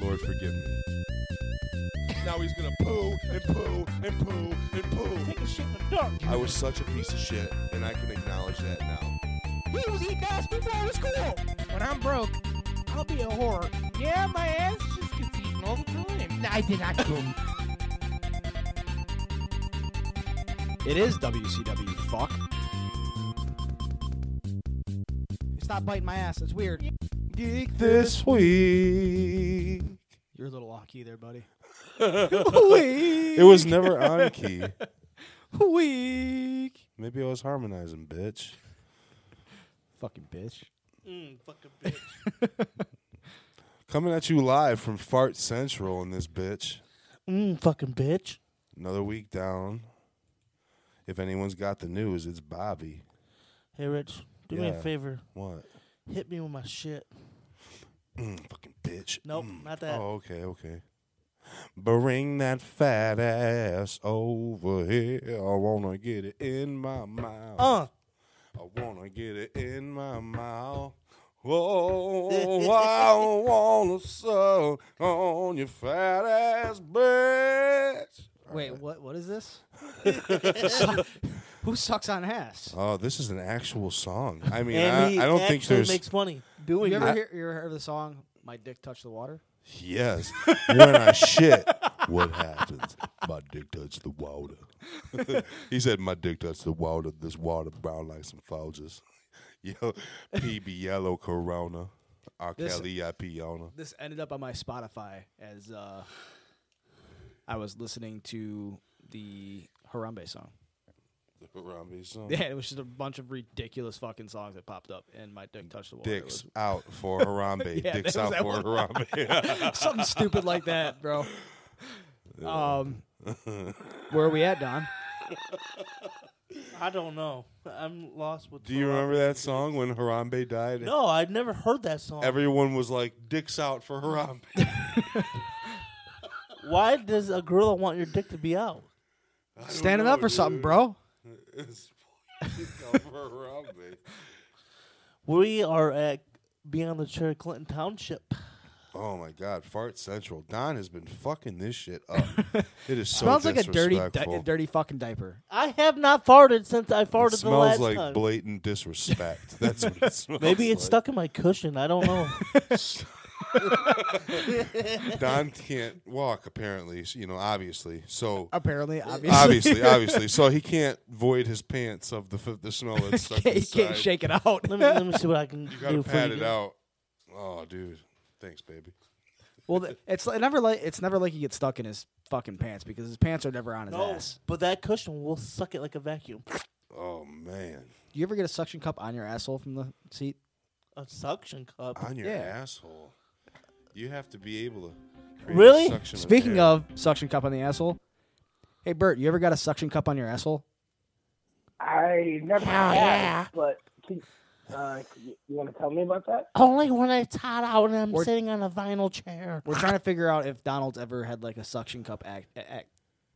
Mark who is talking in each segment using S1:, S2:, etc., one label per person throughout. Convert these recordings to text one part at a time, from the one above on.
S1: Lord, forgive me. Now he's gonna poo and poo and poo and poo.
S2: Take a shit in the dark.
S1: I was such a piece of shit, and I can acknowledge that now.
S2: He was eating ass before it was cool. When I'm broke, I'll be a whore. Yeah, my ass just gets eaten all the time. I did not do it.
S3: It is WCW. Fuck. Stop biting my ass. It's weird.
S1: Geek this week.
S3: You're a little off key there, buddy.
S1: It was never on key.
S3: Weak.
S1: Maybe I was harmonizing, bitch.
S3: Fucking bitch.
S1: Coming at you live from Fart Central in this bitch.
S2: Mm, fucking bitch.
S1: Another week down. If anyone's got the news, it's Bobby.
S2: Hey, Rich, do me
S1: Yeah.
S2: a favor.
S1: What?
S2: Hit me with my shit.
S1: Mm, fucking bitch.
S2: Nope, not that.
S1: Oh, okay, okay. Bring that fat ass over here. I wanna get it in my mouth.
S2: Uh,
S1: I wanna get it in my mouth. Oh, I wanna suck on your fat ass, bitch.
S3: Wait, what? What is this? Who sucks on ass?
S2: Uh,
S1: Oh, this is an actual song. I mean,
S2: and
S1: I,
S2: he
S1: I don't think
S2: actually
S1: there's.
S2: makes money.
S3: you
S2: Doing
S3: ever
S2: it.
S3: hear, you ever heard of the song "My Dick Touched the Water"?
S1: Yes. when I shit, what happens? My dick touched the water. he said, My dick touched the water. This water brown like some Folgers. Yo, PB Yellow Corona. R.
S3: This-
S1: Kelly I Piona.
S3: This ended up on my Spotify as uh, I was listening to the Harambe song.
S1: Harambe song.
S3: Yeah, it was just a bunch of ridiculous fucking songs that popped up, and my dick touched the water. It
S1: Dicks out for Harambe.
S3: Yeah,
S1: Dicks
S3: that
S1: out
S3: was that
S1: for
S3: one.
S1: Harambe.
S3: was- something stupid like that, bro. Um, where are we at, Don?
S2: I don't know. I'm lost with.
S1: Do you remember that song when Harambe died?
S2: No, I've never heard that song.
S1: Everyone was like, Dicks out for Harambe.
S2: Why does a gorilla want your dick to be out?
S3: Standing up for something, bro.
S1: It's Dicks out for Harambe.
S2: We are at Beyond the Chair, Clinton Township.
S1: Oh my God, Fart Central. Don has been fucking this shit up. it is so
S3: Smells like a dirty,
S1: disrespectful.
S3: di- dirty fucking diaper.
S2: I have not farted since I
S1: It
S2: farted the
S1: smells
S2: last
S1: like
S2: time.
S1: blatant disrespect. That's what it smells
S2: Maybe it's
S1: like.
S2: stuck in my cushion. I don't know.
S1: Don can't walk apparently. so- You know, obviously. So
S3: Apparently, obviously,
S1: obviously, obviously. So he can't void his pants of the f- the smell that's stuck
S3: can't,
S1: inside.
S3: can't shake it out.
S2: let me let me see what I can
S1: You
S2: do
S1: gotta
S2: for
S1: pat
S2: you.
S1: it out. Oh, dude. Thanks, baby.
S3: Well, th- it's li- never like it's never like he gets stuck in his fucking pants because his pants are never on his
S2: No,
S3: ass.
S2: but that cushion will suck it like a vacuum.
S1: Oh man,
S3: Do you ever get a suction cup on your asshole from the seat?
S2: A suction cup.
S1: on your
S3: Yeah.
S1: asshole. You have to be able to. create a
S2: Really?
S1: suction
S3: Speaking
S1: air.
S3: of suction cup on the asshole, hey Bert, you ever got a suction cup on your asshole?
S4: I never
S5: Oh,
S4: had
S2: Oh, yeah.
S4: it, but can, uh, you, you want to tell me about that?
S2: Only when it's hot out and I'm
S3: Or-
S2: sitting on a vinyl chair.
S3: We're trying to figure out if Donald's ever had like a suction cup act, act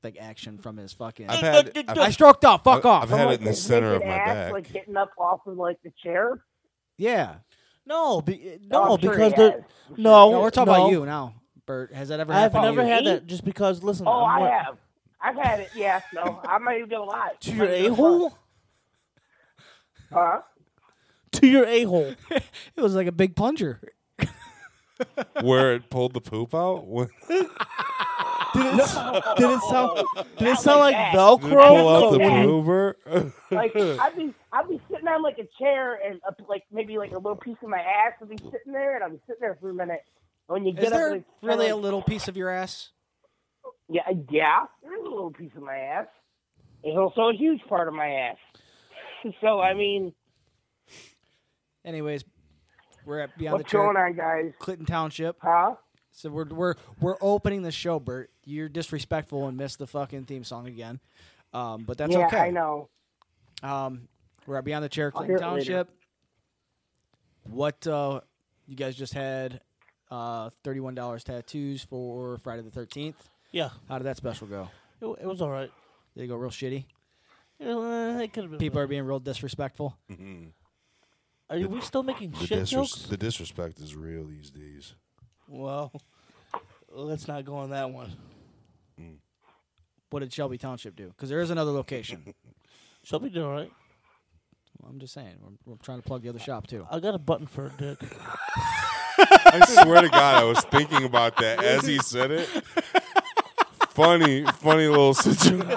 S3: like action from his fucking.
S1: I've had, I've,
S3: I stroked off. Fuck
S1: I-
S3: off.
S1: I've had it
S4: Like,
S1: in the
S4: naked
S1: center of my
S4: ass,
S1: back.
S4: Like getting up off of like the chair.
S3: yeah.
S2: No, be,
S4: Oh,
S2: no,
S4: I'm sure
S2: because
S4: he
S2: they're
S4: has. I'm sure
S2: no.
S1: Oh,
S3: No, we're talking
S2: no.
S3: about you now, Bert. Has that ever
S2: I've
S3: happened?
S2: never
S3: to you?
S2: had
S4: Me?
S2: that. Just because, listen.
S4: Oh,
S2: I'm
S4: I
S2: what-
S4: have. I've had it. Yeah, no, I'm not even gonna lie.
S2: To your a hole.
S4: Huh?
S2: To your a hole.
S3: It was like a big plunger.
S1: where it pulled the poop out. When
S2: Did it, did it sound? Did it
S4: Not
S2: sound like
S4: like that.
S2: Velcro?
S1: pull out the
S4: Yeah.
S1: maneuver.
S4: Like I'd be, I'd be sitting on like a chair and uh, like maybe like a little piece of my ass would be sitting there, and I'd be sitting there for a minute. When you get
S3: Is
S4: up,
S3: there
S4: it's kinda
S3: really a
S4: like-
S3: little piece of your ass?
S4: Yeah, yeah. There's a little piece of my ass. There's also a huge part of my ass. So I mean,
S3: Anyways, we're at Beyond
S4: what's
S3: the Chair,
S4: going on, guys?
S3: Clinton Township.
S4: Huh?
S3: So we're we're we're opening the show, Bert. You're disrespectful and missed the fucking theme song again. Um, but that's
S4: yeah,
S3: okay.
S4: I know.
S3: Um, we're at Beyond the Chair,
S4: hear
S3: Clinton
S4: it later.
S3: Township. What uh, you guys just had? Uh, thirty-one dollars tattoos for Friday the Thirteenth.
S2: Yeah,
S3: How did that special go?
S2: it, it was all right.
S3: Did it go real shitty?
S2: Uh, It could have been.
S3: People are being real disrespectful.
S2: Are we still making
S1: The,
S2: shit
S1: disres-
S2: jokes?
S1: the disrespect is real these days.
S2: Well,
S3: let's not go on that one. What did Shelby Township do? Because there is another location.
S5: She'll be doing all right.
S3: Well, I'm just saying, we're, we're trying to plug the other shop too.
S5: I got a button for a dick.
S1: I swear to God, I was thinking about that as he said it. Funny, funny little situation.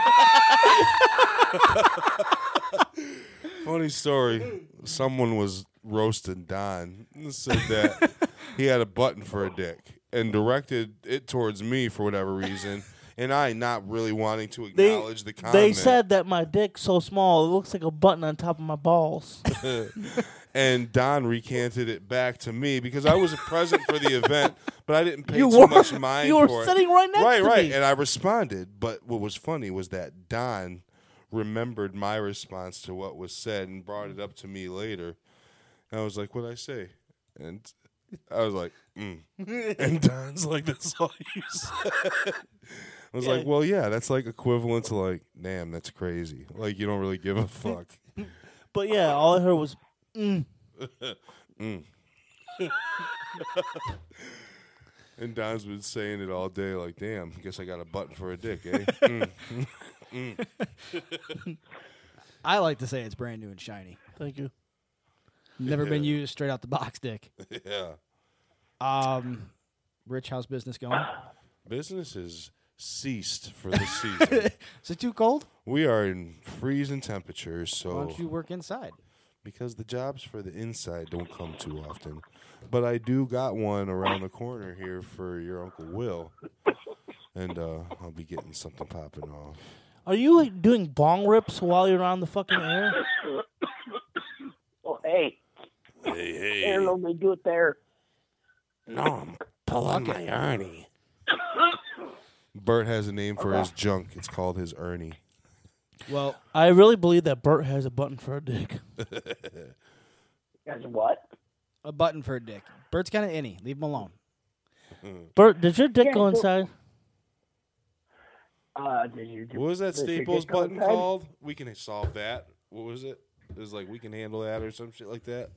S1: funny story. Someone was roasting Don and said that he had a button for a dick and directed it towards me for whatever reason. And I, not really wanting to
S5: They,
S1: acknowledge the comment,
S5: they said that my dick's so small, it looks like a button on top of my balls.
S1: and Don recanted it back to me because I was present for the event, but I didn't pay
S5: You
S1: too
S5: were-
S1: much mind.
S5: you were
S1: for it.
S5: sitting right next
S1: right,
S5: to
S1: right.
S5: me.
S1: And I responded, but what was funny was that Don remembered my response to what was said and brought it up to me later. And I was like, "What would I say?" And I was like, mm. and Don's like, "That's all you said." I was like, "Well, yeah, that's like equivalent to like, damn, that's crazy. Like, you don't really give a fuck."
S5: but yeah, all I heard was,
S1: And Don's been saying it all day, like, damn, guess I got a button for a dick, eh? Mm.
S3: I like to say it's brand new and shiny.
S5: thank you.
S3: Never been used straight out the box, Dick.
S1: yeah.
S3: Um, Rich, how's business going?
S1: Business is ceased for the season.
S3: Is it too cold?
S1: we are in freezing temperatures,
S3: Why
S1: so
S3: don't you work inside?
S1: because the jobs for the inside don't come too often. But I do got one around the corner here for your Uncle Will. And uh, I'll be getting something popping off.
S5: Are you like, doing bong rips while you're on the fucking air?
S4: Well, hey,
S1: Hey, hey.
S4: Aaron only do it there.
S1: Bert has a name for his junk. It's called his Ernie.
S3: Well,
S5: I really believe that Bert has a button for a dick.
S4: That's what?
S3: a button for a dick. Bert's kind of inny. Leave him alone.
S5: Bert, did your dick
S4: Yeah,
S5: go
S4: well-
S5: inside?
S4: Uh, did you,
S1: What was that
S4: did your
S1: Staples
S4: dick go
S1: button
S4: inside?
S1: called? We can solve that. What was it? It was like we can handle that or some shit like that.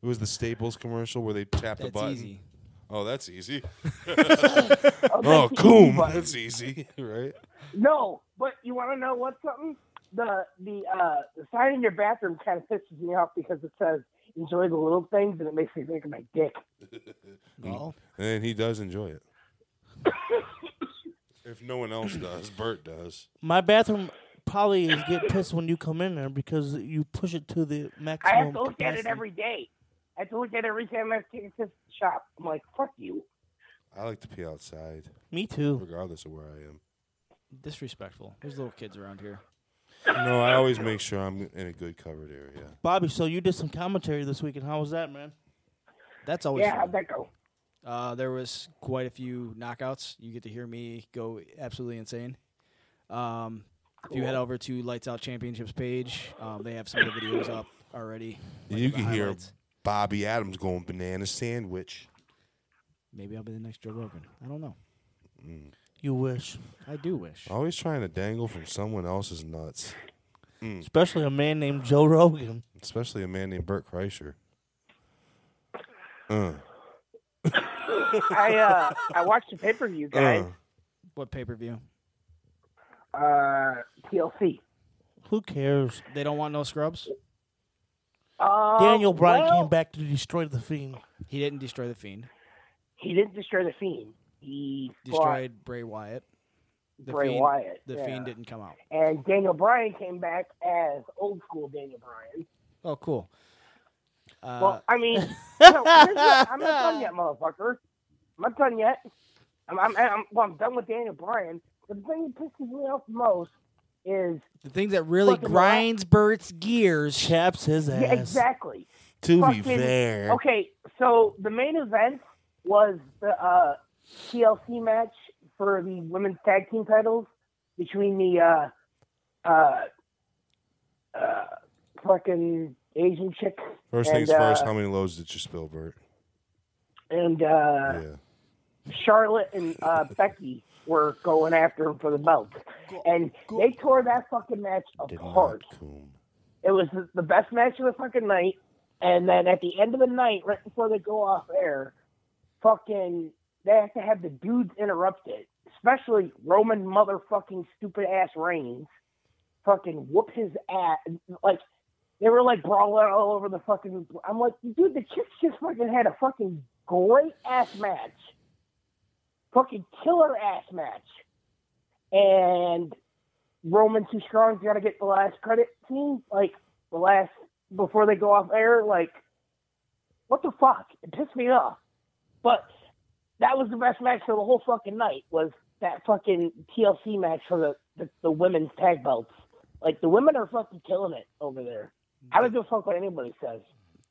S1: It was the Staples commercial where they tap the
S3: That's
S1: button.
S3: easy.
S1: Oh, that's easy. Oh,
S4: Oh, that's the easy
S1: coom.
S4: button.
S1: That's easy, right?
S4: No, but you want to know what something? The the uh the sign in your bathroom kind of pisses me off because it says enjoy the little things and it makes me think of my dick.
S1: Mm.
S3: Well,
S1: And he does enjoy it. if no one else does, Bert does.
S5: My bathroom probably is get pissed when you come in there because you push it to the
S4: I
S5: maximum.
S4: have to look at it
S5: capacity.
S4: every day. I have to look at it every time I take it to the shop. I'm like, fuck you.
S1: I like to pee outside,
S5: Me too.
S1: regardless of where I am.
S3: disrespectful. There's little kids around here.
S1: No, I always make sure I'm in a good covered area.
S5: Bobby, so you did some commentary this weekend. How was that, man?
S3: That's always
S4: Yeah,
S3: fun.
S4: how'd that go?
S3: Uh, there was quite a few knockouts. You get to hear me go absolutely insane. Um, If you head over to Lights Out Championships page, um, they have some of the videos up already. like
S1: you
S3: the
S1: can hear
S3: highlights.
S1: Bobby Adams going banana sandwich.
S3: Maybe I'll be the next Joe Rogan. I don't know.
S5: You wish.
S3: I do wish.
S1: Always trying to dangle from someone else's nuts,
S5: Especially a man named Joe Rogan.
S1: especially a man named Bert Kreischer. Uh,
S4: I uh I watched the pay per view guys.
S3: What pay per view?
S4: Uh TLC.
S5: Who cares?
S3: They don't want no scrubs.
S4: Uh,
S5: Daniel Bryan
S4: well,
S5: came back to destroy the fiend.
S3: He didn't destroy the Fiend.
S4: He didn't destroy the fiend. He
S3: Destroyed Bray Wyatt.
S4: fought
S3: The
S4: Bray
S3: Fiend,
S4: Wyatt.
S3: The
S4: yeah.
S3: Fiend didn't come out.
S4: And Daniel Bryan came back as old school Daniel Bryan.
S3: Oh, cool. Uh,
S4: Well, I mean, no, here's what- I'm not done yet, motherfucker. I'm not done yet. I'm, I'm, I'm, well, I'm done with Daniel Bryan. But the thing that pisses me off most is
S3: the thing that really
S4: fucking
S3: grinds Bert's gears.
S5: Chaps his ass.
S4: yeah, exactly.
S1: To
S4: Fucking- Okay, so the main event was the uh, TLC match for the women's tag team titles between the uh, uh, uh, fucking Asian chick
S1: First
S4: and,
S1: things first,
S4: uh,
S1: how many loads did you spill, Bert?
S4: and uh,
S1: Yeah.
S4: Charlotte and uh, Becky were going after him for the belt, and they tore that fucking match
S1: Did
S4: apart.
S1: not coom.
S4: It was the- the best match of the fucking night. And then at the end of the night, right before they go off air, fucking they have to have the dudes interrupt it, especially Roman motherfucking stupid ass Reigns. Fucking whoop his ass. Like, they were like brawling all over the fucking. I'm like, dude, the chicks just fucking had a fucking great ass match. Fucking killer ass match. And Roman Too Strong's got to get the last credit scene, like, the last, before they go off air. Like, what the fuck? It pissed me off. But that was the best match for the whole fucking night was that fucking TLC match for the, the, the women's tag belts. Like the women are fucking killing it over there. I don't give a fuck what anybody says.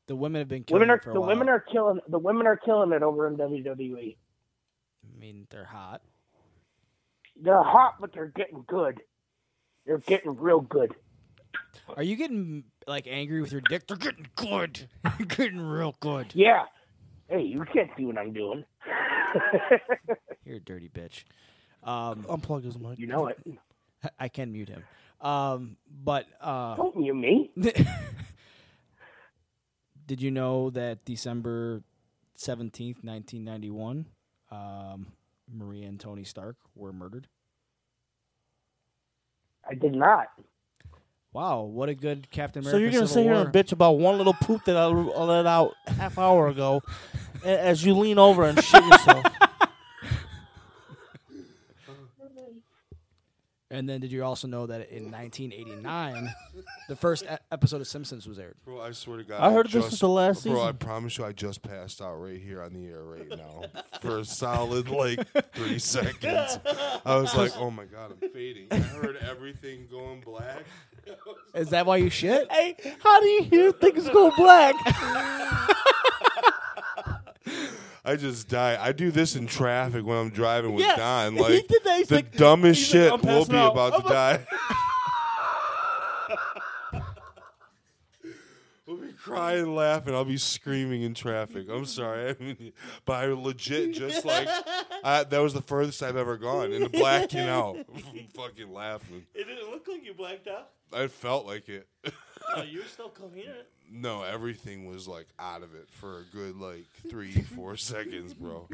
S3: The women have been killing
S4: Women are
S3: it for a
S4: the
S3: while.
S4: women are killing the women are killing it over in E. WWE.
S3: I mean, they're hot.
S4: They're hot, but they're getting good. They're getting real good.
S3: Are you getting like angry with your dick? They're getting good, getting real good.
S4: Yeah. Hey, you can't see what I'm doing.
S3: You're a dirty bitch. Um,
S5: Unplug his mic.
S4: you know it.
S3: I can mute him. Um, but uh,
S4: Don't you me?
S3: did you know that December seventeenth, nineteen ninety one, um, Maria and Tony Stark were murdered?
S4: I did not.
S3: Wow, what a good Captain
S5: So
S3: America!
S5: you're gonna
S3: Civil
S5: sit here
S3: War.
S5: and bitch about one little poop that I l- uh, let out half hour ago, a- as you lean over and shit yourself.
S3: And then did you also know that in 1989, the first e- episode of Simpsons was aired?
S1: Bro, I swear to God.
S5: I heard this was the last
S1: Bro, I
S5: season.
S1: promise you, I just passed out right here on the air right now for a solid like three seconds. I was like, oh my God, I'm fading. I heard everything going black.
S3: Is that why you shit?
S5: Hey, how do you hear things go black?
S1: I just die. I do this in traffic when I'm driving with
S5: Yeah,
S1: Don.
S5: he
S1: Like
S5: did that. He's
S1: the
S5: like-
S1: dumbest
S5: he's like,
S1: shit
S5: "I'm
S1: will
S5: passing
S1: be
S5: out."
S1: about
S5: I'm
S1: to die. we'll be crying, laughing. I'll be screaming in traffic. I'm sorry, I mean, but I legit just like I, that was the furthest I've ever gone in the blacking out from fucking laughing.
S5: It didn't look like you blacked out.
S1: I felt like it.
S5: No, Oh, you were still coherent.
S1: No, everything was like out of it for a good like three, four seconds, bro.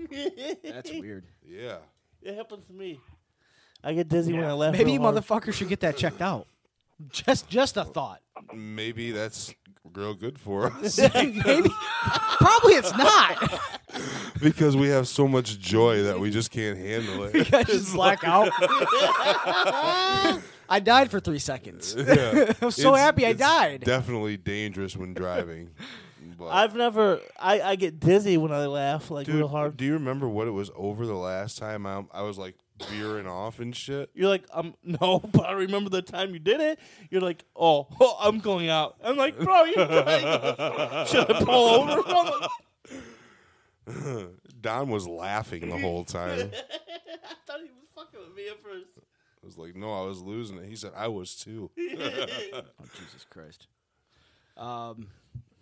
S3: That's weird.
S1: Yeah.
S5: It happened to me. I get dizzy when I laugh.
S3: Maybe
S5: real
S3: you
S5: hard.
S3: motherfucker should get that checked out. Just, just a thought.
S1: Maybe that's real good for us
S3: Maybe, probably it's not.
S1: because we have so much joy that we just can't handle it.
S3: I just black out. I died for three seconds.
S1: Yeah.
S3: I'm so
S1: It's-
S3: happy I
S1: it's
S3: died.
S1: Definitely dangerous when driving. But,
S5: I've never. I, I get dizzy when I laugh like
S1: dude,
S5: real hard.
S1: do you remember what it was over the last time I, I was like veering off and shit?
S5: You're like, um, no, but I remember the time you did it. You're like, oh, oh, I'm going out. I'm like, bro, you're dying. Should I pull over? I'm like,
S1: Don was laughing the whole time. I
S5: I thought he was fucking with me at first.
S1: was like, no, I was losing it. He said, I was too.
S3: Oh, Jesus Christ. Um,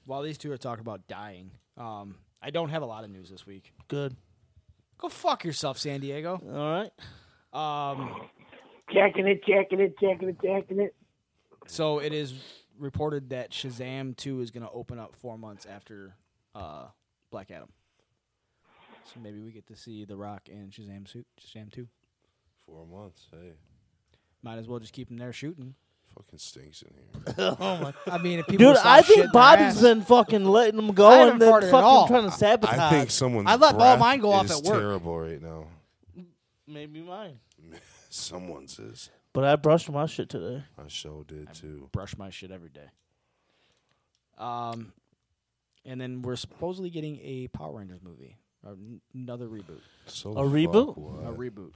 S3: while these two are talking about dying, um, I don't have a lot of news this week.
S5: Good.
S3: Go fuck yourself, San Diego.
S5: All right.
S3: Um,
S4: Jacking it, jacking it, jacking it, jacking it.
S3: So it is reported that Shazam 2 is going to open up four months after uh, Black Adam. So maybe we get to see The Rock and Shazam suit Shazam 2.
S1: Four months. Hey,
S3: Might as well just keep them there shooting.
S1: fucking stinks in here.
S3: I mean, if people
S5: Dude,
S3: would stop
S5: I
S3: shitting
S5: think
S3: their
S5: Bobby's
S3: ass-
S5: been fucking letting them go
S3: I haven't
S5: and then
S3: farted at
S5: fucking
S3: all.
S5: trying to sabotage.
S1: I think someone's
S3: I let all
S1: breath
S3: mine go off
S1: is
S3: at work.
S1: terrible right now.
S5: maybe mine.
S1: Someone's is.
S5: But I brushed my shit today.
S1: I sure did too.
S3: brush my shit every day. Um, and then we're supposedly getting a Power Rangers movie, or n- another reboot,
S1: So
S5: A reboot?
S1: fuck what?
S3: a reboot.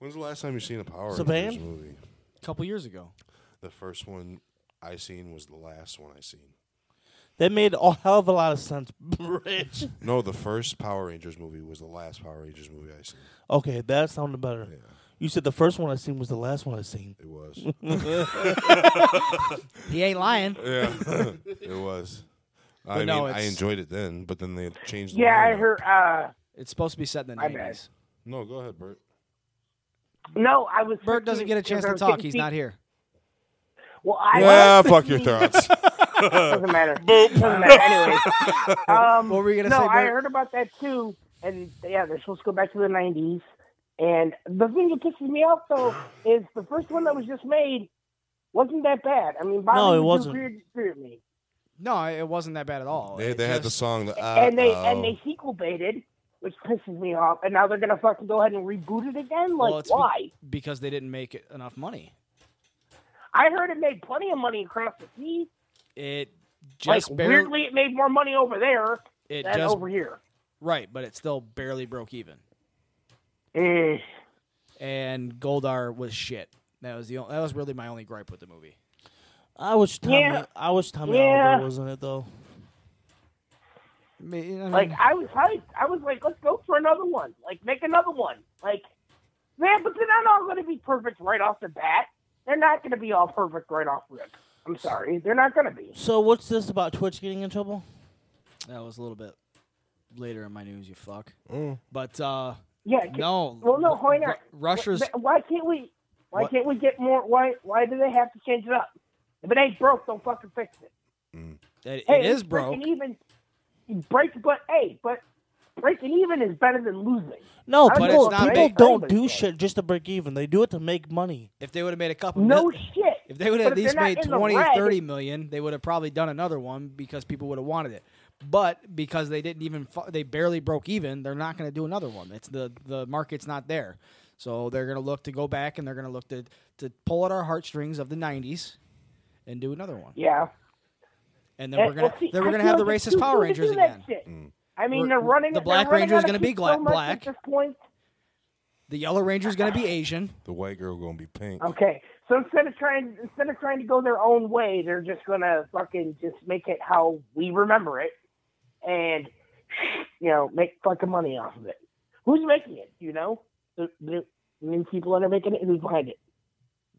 S1: When's the last time you seen a Power
S5: Saban?
S1: Rangers movie?
S3: A couple years ago.
S1: The first one I seen was the last one I seen.
S5: That made a hell of a lot of sense, Rich.
S1: No, the first Power Rangers movie was the last Power Rangers movie I seen.
S5: Okay, that sounded better. You said the first one I seen was the last one I seen.
S1: It was.
S3: He ain't lying.
S1: yeah, it was. I
S3: But no,
S1: mean, I
S3: it's-
S1: enjoyed it then, but then they changed. The
S4: Yeah, I
S1: lineup.
S4: heard. Uh,
S3: It's supposed to be set in the
S4: My bad.
S3: nineties.
S1: No, go ahead, Bert.
S4: no, I was.
S3: Bert doesn't get a chance to talk. He's not here.
S4: Well, I
S1: yeah,
S4: was
S1: fuck your thoughts.
S4: Doesn't matter. Doesn't matter. Anyway, um,
S3: What were you gonna
S4: no,
S3: say,
S4: I
S3: Bert?
S4: heard about that too. and yeah, they're supposed to go back to the '90s. And the thing that pisses me off though is the first one that was just made wasn't that bad. I mean, Bobby
S5: No, it
S4: would do
S5: wasn't.
S4: Weird, weird me.
S3: No, it wasn't that bad at all.
S1: They,
S3: It
S1: they had the
S3: just-
S1: song. The,
S4: and they
S1: Uh-oh.
S4: and they sequel baited, which pisses me off. And now they're gonna fucking go ahead and reboot it again. Like
S3: Well, it's be-
S4: why?
S3: because they didn't make enough money.
S4: I heard it made plenty of money across the sea.
S3: It just
S4: like
S3: barely
S4: weirdly, it made more money over there
S3: it
S4: than
S3: just
S4: over here.
S3: right, but it still barely broke even.
S4: Eh.
S3: And Goldar was shit. That was the only, that was really my only gripe with the movie.
S5: I wish Tommy.
S4: Yeah.
S5: I wish Tommy
S4: Yeah.
S5: Oliver was in it though.
S3: I mean,
S4: Like I was hyped. I was like, let's go for another one. Like make another one. Like man, but they're not all gonna be perfect right off the bat. They're not gonna be all perfect right off rip. I'm sorry. They're not gonna be.
S5: So what's this about Twitch getting in trouble?
S3: that was a little bit later in my news. You fuck.
S1: Mm.
S3: But uh,
S4: Yeah. can-
S3: no.
S4: Well, no,
S3: Ru-
S4: why not?
S3: Ru- Russia's
S4: Wh- Why can't we? Why
S3: What?
S4: can't we get more? Why? Why do they have to change it up? If it ain't broke, don't fucking fix it.
S3: it,
S4: Hey,
S3: it is broke.
S4: breaking Even break, but hey, but breaking even is better than losing.
S5: No,
S4: I
S5: people,
S3: don't know if
S5: people
S3: they make
S5: don't
S4: money,
S5: do
S4: though.
S5: shit just to break even. They do it to make money.
S3: If they would have made a couple,
S4: No
S3: mil-
S4: shit.
S3: if they would
S4: But
S3: have at
S4: they're
S3: least
S4: not
S3: made
S4: in the
S3: 20
S4: red,
S3: 30 million, they would have probably done another one because people would have wanted it. But because they didn't even, fu- they barely broke even, they're not going to do another one. It's the the market's not there, so they're going to look to go back and they're going to look to to pull at our heartstrings of the '90s and do another one.
S4: Yeah.
S3: And then we're
S4: And-
S3: gonna
S4: Eh, well, see,
S3: then
S4: I
S3: we're gonna
S4: feel
S3: have the
S4: like it's
S3: racist
S4: too
S3: Power
S4: soon to do
S3: Rangers
S4: that
S3: again. Mm.
S4: shit. I mean,
S3: We're-
S4: they're running.
S3: the
S4: they're
S3: Black
S4: running
S3: Ranger is
S4: out of
S3: gonna be
S4: heat
S3: gla-
S4: so much
S3: black.
S4: At this point.
S3: The Yellow Ranger's going to be Asian.
S1: The white girl gonna be pink.
S4: Okay, so instead of trying instead of trying to go their own way, they're just gonna fucking just make it how we remember it, and you know make fucking money off of it. Who's making it? You know, the, the, the people that are making it. Who's behind it?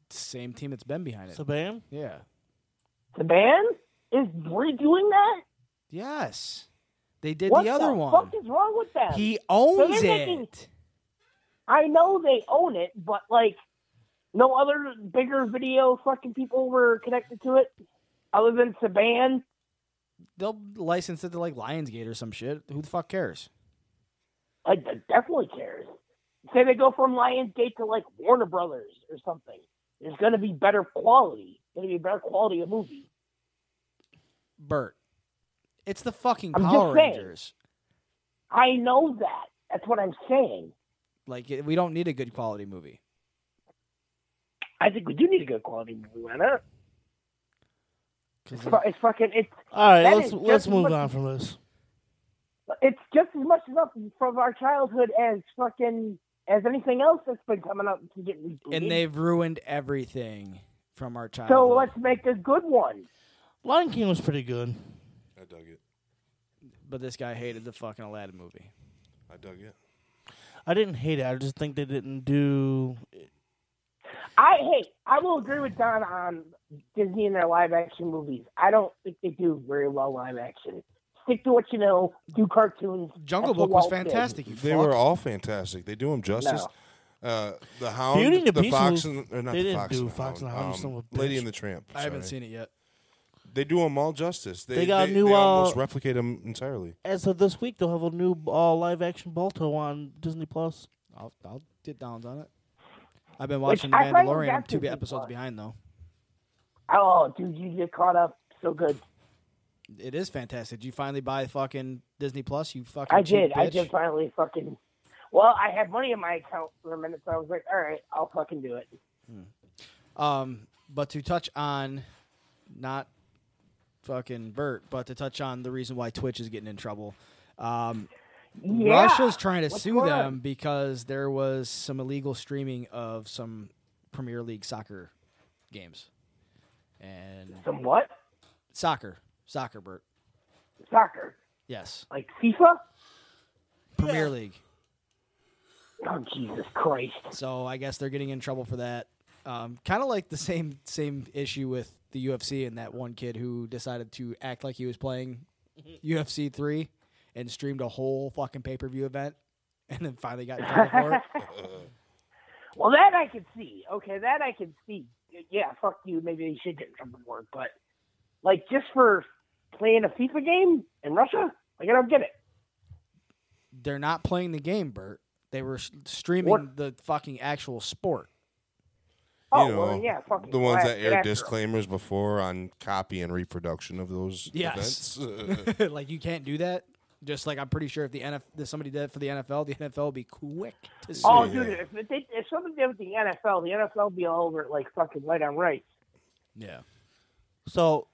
S3: Same team that's been behind it.
S5: So bam.
S3: yeah.
S4: The band is redoing that.
S3: Yes. They did
S4: what
S3: the other one.
S4: fuck is wrong with them?
S3: He owns
S4: So they're making-
S3: it.
S4: I know they own it, but like, no other bigger video fucking people were connected to it other than Saban.
S3: They'll license it to like Lionsgate or some shit. Who the fuck cares?
S4: I d- definitely cares. Say they go from Lionsgate to like Warner Brothers or something. There's gonna be better quality. Gonna be better quality of movie.
S3: Bert. It's the fucking
S4: I'm just
S3: Power
S4: saying.
S3: Rangers.
S4: I know that. That's what I'm saying.
S3: Like it- we don't need a good quality movie.
S4: I think we do need a good quality movie. Why not?
S3: 'Cause
S4: It's, fu- it's fucking. It's
S5: All right,
S4: That
S5: let's
S4: is
S5: let's
S4: just
S5: move
S4: what-
S5: on from this.
S4: it's just as much enough from our childhood as fucking as anything else that's been coming up to get rebooted.
S3: and they've ruined everything from our childhood.
S4: so let's make a good one.
S5: Lion King was pretty good.
S1: I dug it.
S3: but this guy hated the fucking Aladdin movie.
S1: I dug it.
S5: I didn't hate it. I just think they didn't do.
S4: I hey, I will agree with Don on Disney and their live action movies. I don't think they do very well live action. Stick to what you know. Do cartoons.
S3: Jungle
S4: That's what
S3: Book was
S4: Walt did.
S3: fantastic. You
S1: They
S3: fuck.
S1: were all fantastic. They do them justice. Uh, the Hound,
S5: Beauty and the
S1: the,
S5: Beast
S1: Fox,
S5: was-
S1: and or not
S5: they
S1: the
S5: didn't
S1: Fox
S5: do
S1: and the
S5: Fox and the
S1: Hound,
S5: Hound,
S1: um,
S5: son of a
S1: Lady
S5: bitch.
S1: and the Tramp.
S3: I haven't
S1: sorry.
S3: seen it yet.
S1: They do them all justice. They,
S5: They got a
S1: they,
S5: new,
S1: They almost
S5: uh,
S1: replicate them entirely.
S5: As of this week, they'll have a new uh, live action Balto on Disney Plus.
S3: I'll I'll get downs on it. I've been
S4: Which
S3: watching The
S4: I find
S3: Mandalorian. I'm
S4: that's
S3: two
S4: Disney
S3: episodes
S4: Plus.
S3: behind though.
S4: Oh, dude, you get caught up so good.
S3: It is fantastic. Did you finally buy fucking Disney Plus? You fucking
S4: I
S3: cheap
S4: did. I
S3: bitch?
S4: did finally fucking. Well, I had money in my account for a minute, so I was like, all right, I'll fucking do it.
S3: Um, but to touch on, not fucking Bert, but to touch on the reason why Twitch is getting in trouble. Um,
S4: Yeah.
S3: Russia's trying to
S4: What's
S3: sue
S4: going
S3: them
S4: on?
S3: because there was some illegal streaming of some Premier League soccer games and
S4: Some what?
S3: soccer, soccer, Bert.
S4: Soccer.
S3: Yes,
S4: Like FIFA?
S3: Premier League.
S4: Oh, Jesus Christ.
S3: So I guess they're getting in trouble for that. Um, kind of like the same same issue with the UFC and that one kid who decided to act like he was playing
S4: Mm-hmm.
S3: UFC three and streamed a whole fucking pay per view event, and then finally got in trouble for it.
S4: Well, that I can see. Okay, that I can see. Yeah, fuck you. Maybe they should get something more, but like just for playing a FIFA game in Russia, like I don't get it.
S3: they're not playing the game, Bert. They were s- streaming
S4: What?
S3: the fucking actual sport.
S4: Oh,
S1: you know,
S4: well, yeah, fucking
S1: the ones
S4: blast
S1: that
S4: it
S1: aired
S4: after 'em.
S1: disclaimers before on copy and reproduction of those
S3: Yes.
S1: events. Uh,
S3: like you can't do that. Just like I'm pretty sure if the NF if somebody did it for the NFL, the NFL would be quick to sue.
S4: Oh,
S1: Yeah.
S4: dude, if, it did, if something did with the NFL, the NFL would be all over it like fucking right on right.
S3: yeah.
S5: So,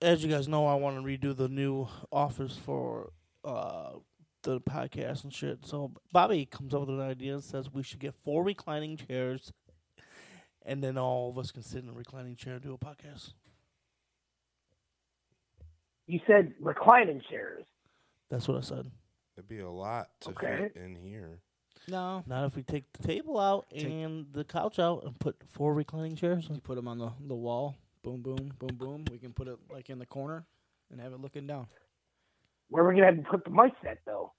S5: as you guys know, I want to redo the new office for uh, the podcast and shit. So Bobby comes up with an idea and says we should get four reclining chairs, and then all of us can sit in a reclining chair and do a podcast.
S4: You said reclining chairs.
S5: That's what I said.
S1: It'd be a lot to
S4: Okay.
S1: fit in here.
S3: No.
S5: Not if we take the table out and the couch out and put four reclining chairs.
S3: You put them on the, the wall. Boom, boom, boom, boom. We can put it like in the corner and have it looking down.
S4: Where are we gonna have to put the mics at though?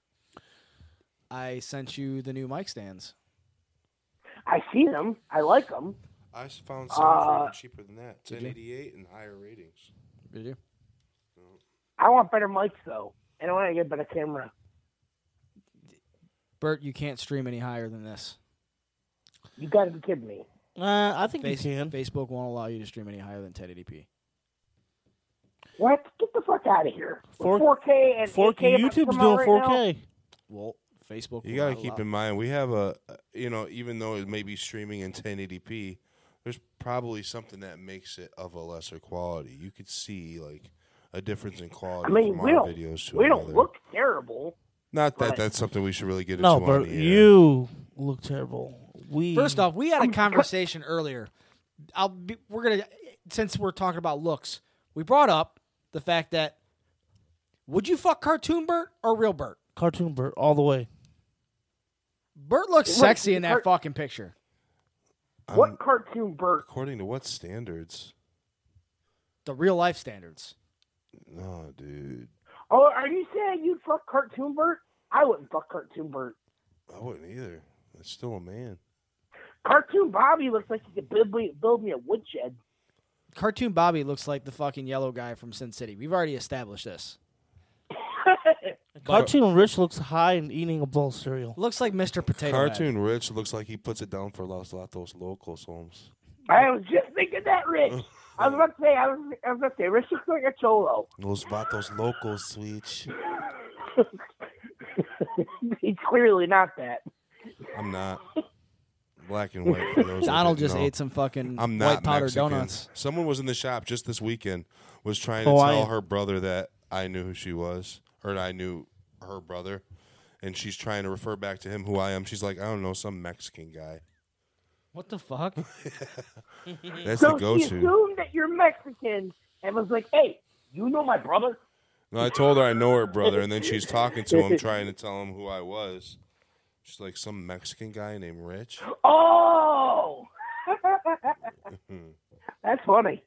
S3: I sent you the new mic stands.
S4: I see them. I like them.
S1: I s- found some that were
S4: Uh,
S1: cheaper than that.
S3: did you?
S1: 1088 and higher ratings.
S3: Did you?
S4: I want better mics though, and I want to get better camera.
S3: Bert, you can't stream any higher than this.
S4: You gotta be kidding me.
S5: Uh, I think
S3: Face-
S5: you can.
S3: Facebook won't allow you to stream any higher than 1080p.
S4: What? Get the fuck out of here.
S5: Four-
S4: With 4K and
S5: 4K.
S4: 8K
S5: YouTube's
S4: come out
S5: doing
S4: right
S5: 4K.
S4: now,
S3: Well, Facebook.
S1: You
S3: will
S1: got to
S3: not
S1: keep
S3: allow-
S1: in mind, we have a, you know, even though it may be streaming in 1080p, there's probably something that makes it of a lesser quality. You could see, like, a difference in quality
S4: I mean,
S1: from
S4: we
S1: our
S4: don't-
S1: videos to
S4: We
S1: another.
S4: don't look terrible.
S1: Not that
S4: right.
S1: that's something we should really get
S5: No,
S1: into on
S5: but
S1: the air.
S5: you look terrible. We
S3: First off, we had a conversation earlier. I'll be, we're gonna since we're talking about looks, we brought up the fact that would you fuck cartoon Bert or real Bert?
S5: cartoon Bert all the way.
S3: Bert looks
S4: Right,
S3: sexy in that
S4: Bert-
S3: fucking picture.
S1: I'm-
S4: What cartoon Bert?
S1: according to what standards?
S3: The real life standards.
S1: No, dude.
S4: Oh, are you saying you'd fuck cartoon Bert? I wouldn't fuck cartoon Bert.
S1: I wouldn't either. That's still a man.
S4: Cartoon Bobby looks like he could build me, build me a woodshed.
S3: Cartoon Bobby looks like the fucking yellow guy from Sin City. We've already established this.
S5: Cartoon Rich looks high and eating a bowl of cereal.
S3: Looks like Mr. Potato Head.
S1: Cartoon Rich looks like he puts it down for Los Latos Locos, Holmes.
S4: I was just thinking that, Rich. I was about to say, I was, I was about to say, Rich looks like a cholo.
S1: Los Vatos Locos, switch.
S4: He's clearly not that.
S1: I'm not. Black and white for those. that
S3: Donald
S1: didn't
S3: just
S1: know.
S3: ate some fucking
S1: I'm not
S3: white powder
S1: Mexican.
S3: donuts.
S1: Someone was in the shop just this weekend was trying to
S5: Hawaiian.
S1: tell her brother that I knew who she was, or I knew her brother, and she's trying to refer back to him who I am. She's like, I don't know, some Mexican guy.
S3: What the fuck?
S1: That's
S4: So
S1: the
S4: she
S1: go-to.
S4: assumed that you're Mexican and was like, hey, you know my brother?
S1: No, I told her I know her brother, and then she's talking to him, trying to tell him who I was. She's like some Mexican guy named Rich.
S4: Oh! That's funny.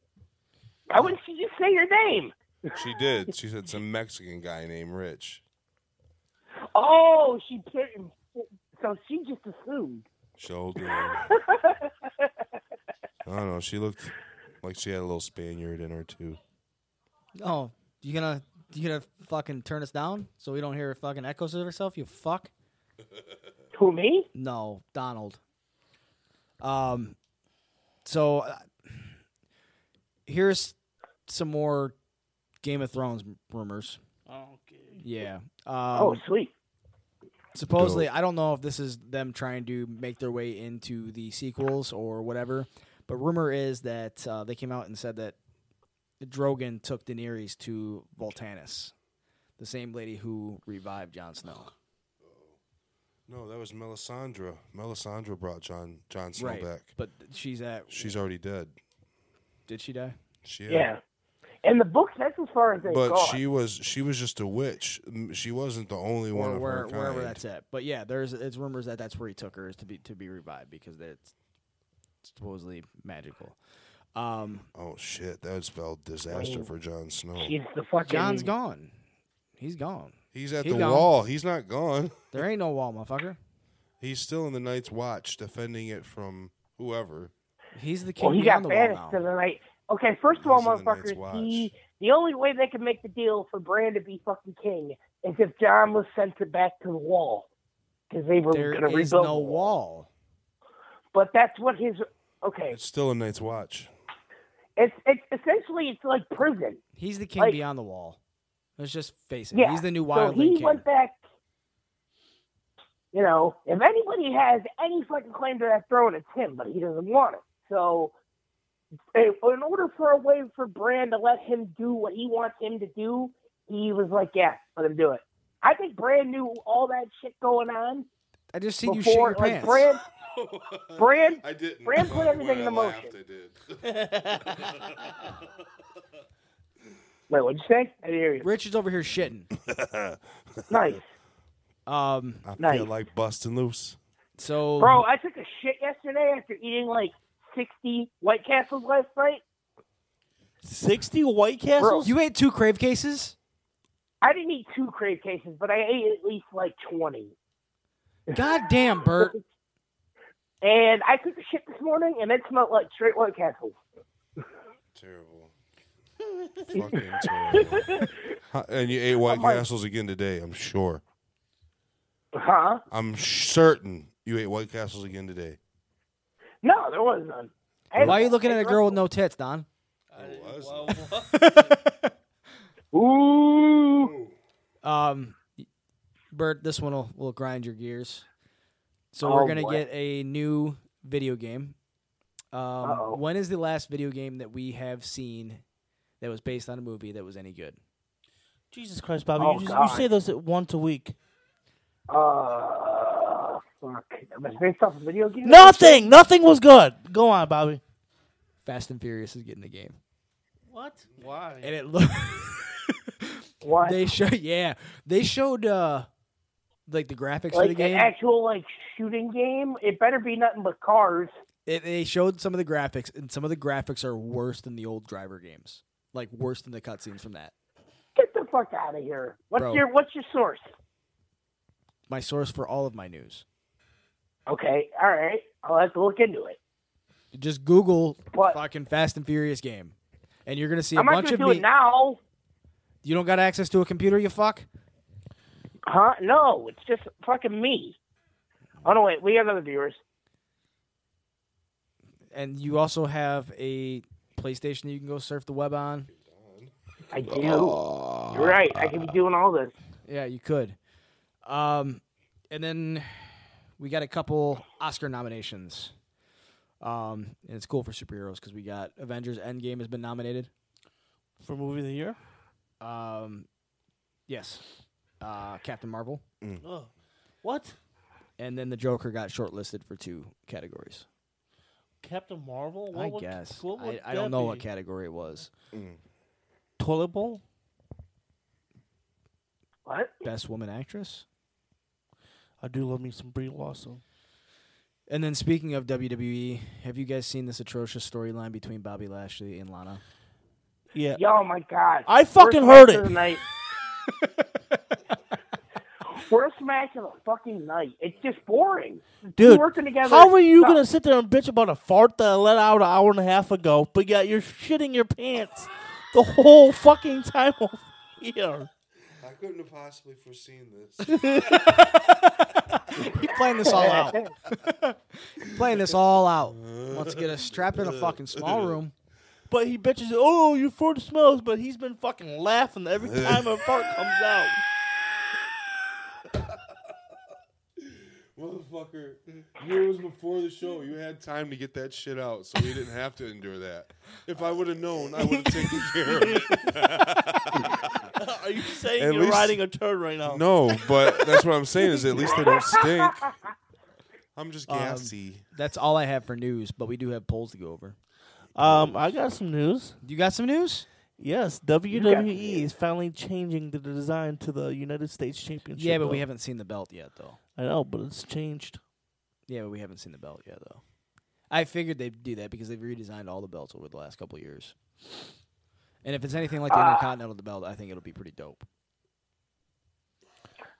S4: Why wouldn't she just say your name?
S1: She did. She said some Mexican guy named Rich.
S4: Oh, she put- so she just assumed.
S1: Shoulder. I don't know. She looked like she had a little Spaniard in her too.
S3: Oh, you gonna you gonna fucking turn us down so we don't hear fucking echoes of herself? You fuck.
S4: Who me?
S3: No, Donald. Um, so uh, here's some more Game of Thrones rumors.
S5: Okay.
S3: Yeah. Um,
S4: oh, sweet.
S3: supposedly, I don't know if this is them trying to make their way into the sequels or whatever, but rumor is that uh, they came out and said that Drogon took Daenerys to Voltanis, the same lady who revived Jon Snow.
S1: No, that was Melisandre. Melisandre brought John John Snow back.
S3: But she's at.
S1: She's already dead.
S3: Did she die?
S1: She
S4: Yeah. In the books, that's as far as they
S1: But
S4: go.
S1: she was she was just a witch. M- She wasn't the only one
S3: or
S1: of
S3: where,
S1: her kind.
S3: wherever that's at. But yeah, there's it's rumors that that's where he took her is to be to be revived because that's supposedly magical. Um,
S1: Oh shit! That would spell
S4: Oh.
S1: disaster for Jon Snow.
S4: She's the fucking.
S3: John's gone. He's gone.
S1: He's at
S3: He
S1: the
S3: gone.
S1: wall. He's not gone.
S3: There ain't no wall, motherfucker.
S1: He's still in the Night's Watch, defending it from whoever.
S3: He's the king
S4: Well, he got
S3: beyond the
S4: banished
S3: wall
S4: to
S3: now.
S4: the night. Okay, first of all,
S1: He's in the Night's
S4: motherfuckers,
S1: Watch.
S4: he, the only way they can make the deal for Bran to be fucking king is if John was sent to back to the wall because they were
S3: There
S4: going to rebuild.
S3: is
S4: the
S3: no wall.
S4: But that's what his okay.
S1: It's still a night's watch.
S4: It's it's essentially it's like prison.
S3: He's the king
S4: Like-
S3: beyond the wall. Let's just face it.
S4: Yeah.
S3: He's the new
S4: So
S3: wildling
S4: he
S3: king.
S4: went back. You know, if anybody has any fucking claim to that throne, it's him, but he doesn't want it. So, in in order for a way for Brand to let him do what he wants him to do, he was like, "Yeah, let him do it." I think Brand knew all that shit going on
S3: I just seen you shit
S4: before.
S3: your
S4: like
S3: pants.
S4: Brand, Brand,
S1: I didn't.
S4: Bran put
S1: When
S4: everything in
S1: I
S4: the
S1: laughed,
S4: motion.
S1: I did.
S4: wait, what'd you say? I didn't hear you.
S3: Richard's over here shitting.
S4: Nice,
S3: Um,
S1: I
S4: Nice.
S1: feel like busting loose.
S3: so
S4: bro. I took a shit yesterday after eating like sixty White Castles last night.
S5: Sixty White Castles.
S3: you ate two crave cases.
S4: I didn't eat two crave cases, but I ate at least like 20.
S3: God damn, Bert.
S4: And I took a shit this morning, and it smelled like straight White Castle.
S1: Terrible. Fucking terrible. Huh, And you ate White
S4: like-
S1: Castles again today, I'm sure.
S4: Huh?
S1: I'm certain you ate White Castles again today.
S4: No, there was none. I-
S3: Why are you looking at a girl with no tits, Don?
S4: Ooh.
S3: Um, Bert, this one will, will grind your gears. So
S4: Oh,
S3: we're gonna
S4: boy.
S3: get a new video game.
S4: Uh-oh.
S3: Um, when is the last video game that we have seen that was based on a movie that was any good?
S5: Jesus Christ, Bobby!
S4: Oh,
S5: you, just, you
S4: God.
S5: say those at once a week.
S4: Uh, fuck. It was based off a video game?
S5: Nothing. Nothing was good. Go on, Bobby.
S3: Fast and Furious is getting the game,
S5: What? Why?
S3: and it looks.
S4: What?
S3: they showed, yeah, they showed uh, like the graphics for
S4: like
S3: the
S4: an
S3: game.
S4: actual like shooting game? It better be nothing but cars.
S3: It, they showed some of the graphics, and some of the graphics are worse than the old driver games, like worse than the cutscenes from that.
S4: Get the fuck out of here. What's
S3: Bro.
S4: your What's your source?
S3: My source for all of my news.
S4: Okay, all right. I'll have to look into it.
S3: Just Google
S4: What?
S3: fucking Fast and Furious game, and you're gonna see a
S4: I'm not
S3: bunch
S4: gonna
S3: of
S4: do
S3: me.
S4: it now.
S3: You don't got access to a computer, you fuck.
S4: Huh? No, it's just fucking me. Oh no, wait, we got other viewers.
S3: And you also have a PlayStation that you can go surf the web on.
S4: I do.
S3: Oh.
S4: You're right. I could be doing all this.
S3: Yeah, you could. Um, and then we got a couple Oscar nominations. Um, and it's cool for superheroes because we got Avengers Endgame has been nominated.
S5: For movie of the year?
S3: Um, yes, uh, Captain Marvel,
S5: Ugh. What?
S3: and then the Joker got shortlisted for two categories.
S5: Captain Marvel? What
S3: I
S5: would-
S3: guess
S5: what would
S3: I, I don't
S5: that
S3: know
S5: be?
S3: what category it was.
S5: toilet bowl.
S4: What?
S3: Best Woman Actress.
S5: I do love me some Brie Larson.
S3: And then speaking of WWE, have you guys seen this atrocious storyline between Bobby Lashley and Lana?
S5: Yeah.
S4: Yo, oh my God.
S5: I fucking
S4: Worst
S5: heard
S4: match of
S5: it.
S4: the night. Worst match of the fucking night. It's just boring.
S5: Dude,
S4: working together
S5: how are you
S4: sucks.
S5: gonna sit there and bitch about a fart that I let out an hour and a half ago, but yet you're shitting your pants the whole fucking time over here?
S1: I couldn't have possibly foreseen this.
S3: Keep playing this all out. playing this all out. Wants to get us strapped in a fucking small room.
S5: But he bitches, oh, your fart smells, but he's been fucking laughing every time a fart comes out.
S1: Motherfucker, years before the show, you had time to get that shit out, so we didn't have to endure that. If I would have known, I would have taken care of it.
S5: Are you saying
S1: At
S5: you're
S1: least-
S5: riding a turd right now?
S1: No, but that's what I'm saying is at least they don't stink. I'm just gassy.
S3: That's all I have for news, but we do have polls to go over.
S5: Um, I got some news.
S3: You got some news?
S5: Yes, WWE is finally changing the design to the United States Championship.
S3: Yeah, but we
S5: belt.
S3: haven't seen the belt yet, though.
S5: I know, but it's changed.
S3: Yeah, but we haven't seen the belt yet, though. I figured they'd do that because they've redesigned all the belts over the last couple of years. And if it's anything like the Intercontinental belt, I think it'll be pretty dope.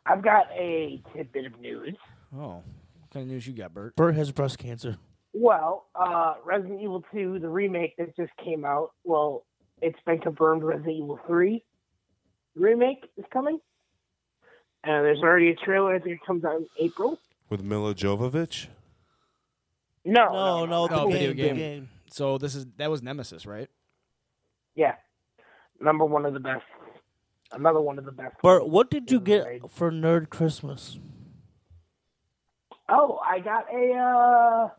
S4: I've got a tidbit of news.
S3: Oh, what kind of news you got, Bert?
S5: Bert has breast cancer.
S4: Well, uh, Resident Evil 2, the remake that just came out, well, it's been confirmed Resident Evil 3 remake is coming. Uh, there's already a trailer. I think it comes out in April.
S1: With Mila Jovovich?
S4: No,
S5: No, no, the
S3: No,
S5: game,
S3: Oh, video
S5: The
S3: game.
S5: game.
S3: So this is that was Nemesis, right?
S4: Yeah, number one of the best. Another one of the best.
S5: Bert, what did you
S4: Right.
S5: get for Nerd Christmas?
S4: Oh, I got a. uh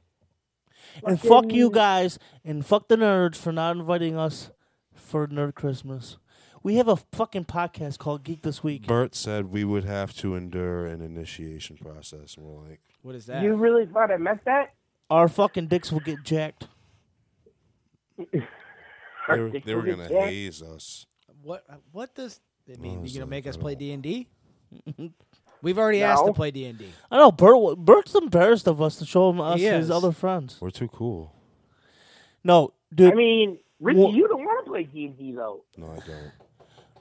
S5: And fuck you
S4: fucking-
S5: guys, and fuck the nerds for not inviting us for Nerd Christmas. We have a fucking podcast called Geek This Week.
S1: Bert said we would have to endure an initiation process. And we're like,
S3: What is that?
S4: You really thought I meant that?
S5: Our fucking dicks will get jacked.
S1: they were, they were gonna
S4: Yeah.
S1: haze us.
S3: what uh, what does it mean?
S1: Oh,
S3: you
S1: so
S3: gonna make us
S1: I
S3: play
S1: don't-
S3: D and D? We've already asked to
S4: No.
S3: play D and D.
S5: I know Bert. wa- Bert's embarrassed of us to show him us
S3: He
S5: his
S3: is.
S5: other friends.
S1: We're too cool.
S5: No, dude.
S4: I mean, Ricky,
S5: Well-
S4: you don't want to play D and D though.
S1: No, I don't.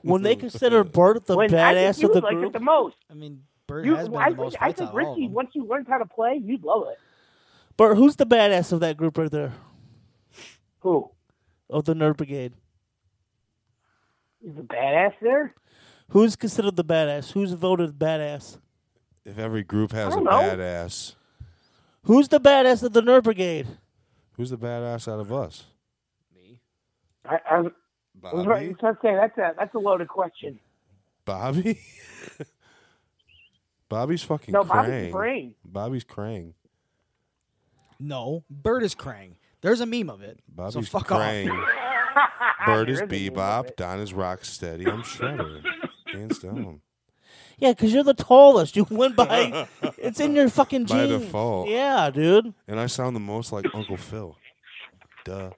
S5: when they consider Bert the
S4: When I
S5: badass
S4: think you
S5: of the
S4: would like
S5: group,
S4: it the most.
S3: I mean, Bert
S4: You,
S3: has been
S4: I
S3: the most
S4: think, I
S3: fights out
S4: think
S3: of all of
S4: Ricky,
S3: them.
S4: once you learned how to play, you'd love it.
S5: Bert, who's the badass of that group right there
S4: Who?
S5: of the Nerd Brigade?
S4: Is the badass there?
S5: Who's considered the badass? Who's voted badass?
S1: If every group has
S4: I
S1: a
S4: don't know.
S1: badass,
S5: Who's the badass of the Nerd Brigade?
S1: who's the badass out of us?
S4: I, I, was- I
S3: Uh,
S4: was
S1: Bobby.
S4: about to say that's a that's a loaded question.
S1: Bobby. Bobby's fucking
S4: No,
S1: Krang.
S4: Bobby's brain.
S1: Bobby's Krang.
S3: No, Bert is Krang. There's a meme of it.
S1: Bobby's
S3: so fuck
S1: Krang.
S3: off.
S1: Bird is
S4: There is a name of
S1: Bebop.
S4: it.
S1: Don is Rocksteady. I'm Shredder. Hands down.
S5: Yeah, because you're the tallest. You win by. it's in your fucking
S1: By
S5: genes.
S1: default.
S5: Yeah, dude.
S1: And I sound the most like Uncle Phil. Duh.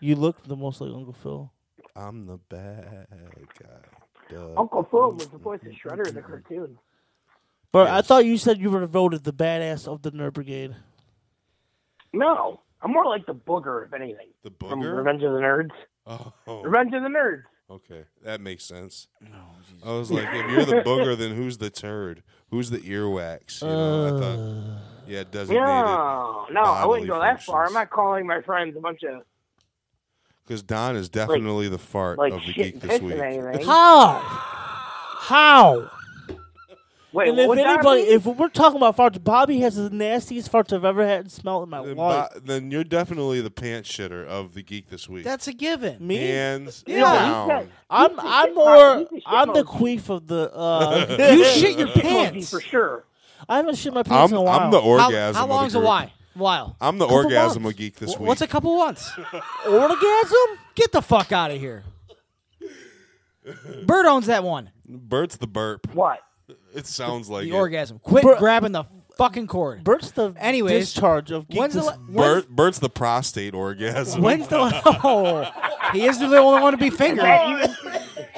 S5: You look the most like Uncle Phil.
S1: I'm the bad guy. Duh.
S4: Uncle Phil was the voice of Shredder in the cartoon.
S5: Bert, I
S1: Yes.
S5: thought you said you were voted the badass of the Nerd Brigade.
S4: No, I'm more like the booger, if anything.
S1: The
S4: From
S1: booger?
S4: Revenge of the Nerds.
S1: Oh,
S4: Revenge of the Nerds.
S1: okay. That makes sense. I was like, if you're the booger, then who's the turd? Who's the earwax? You know, I thought,
S3: Uh,
S1: yeah, designated.
S4: No, no, I wouldn't go
S1: bodily
S4: that far. I'm
S1: functions.
S4: not calling my friends a bunch of
S1: Because Don is definitely the fart
S4: like
S1: of the
S4: shit
S1: geek
S4: and
S1: this
S4: piss and
S1: week.
S4: anything.
S5: How? How?
S4: Wait,
S5: and if
S4: what would that
S5: anybody,
S4: be?
S5: if we're talking about farts, Bobby has the nastiest farts I've ever had and smelled in my
S1: Then,
S5: life.
S1: Bo- then you're definitely the pants shitter of the geek this week.
S3: That's a given.
S5: Me?
S1: Hands
S3: Yeah.
S1: down.
S4: He's a-
S5: I'm
S4: he's a
S5: I'm
S4: shit
S5: more
S4: monkey. He's a shit
S5: I'm the
S4: monkey.
S5: queef of the uh
S3: you shit your
S4: Shit monkey
S3: pants.
S4: for sure.
S5: I haven't shit my pants
S1: I'm,
S5: in a while.
S1: I'm the
S3: How,
S1: orgasm.
S3: how
S1: of the
S3: long's a
S1: group.
S3: why? While.
S1: I'm the
S5: Couple
S1: orgasm
S5: months.
S1: of geek this
S3: Wh-
S1: week.
S3: What's a couple months?
S5: orgasm?
S3: Get the fuck out of here. Bert owns that one.
S1: Bert's the burp.
S4: What?
S1: It sounds like
S3: The
S1: it.
S3: orgasm. Quit
S5: Bert-
S3: grabbing the fucking cord.
S5: Burt's the
S3: Anyways,
S5: discharge of geek
S3: when's the
S5: this-
S3: la-
S1: Bert, Bert's the prostate orgasm.
S3: When's the oh, he is the only one to be fingered.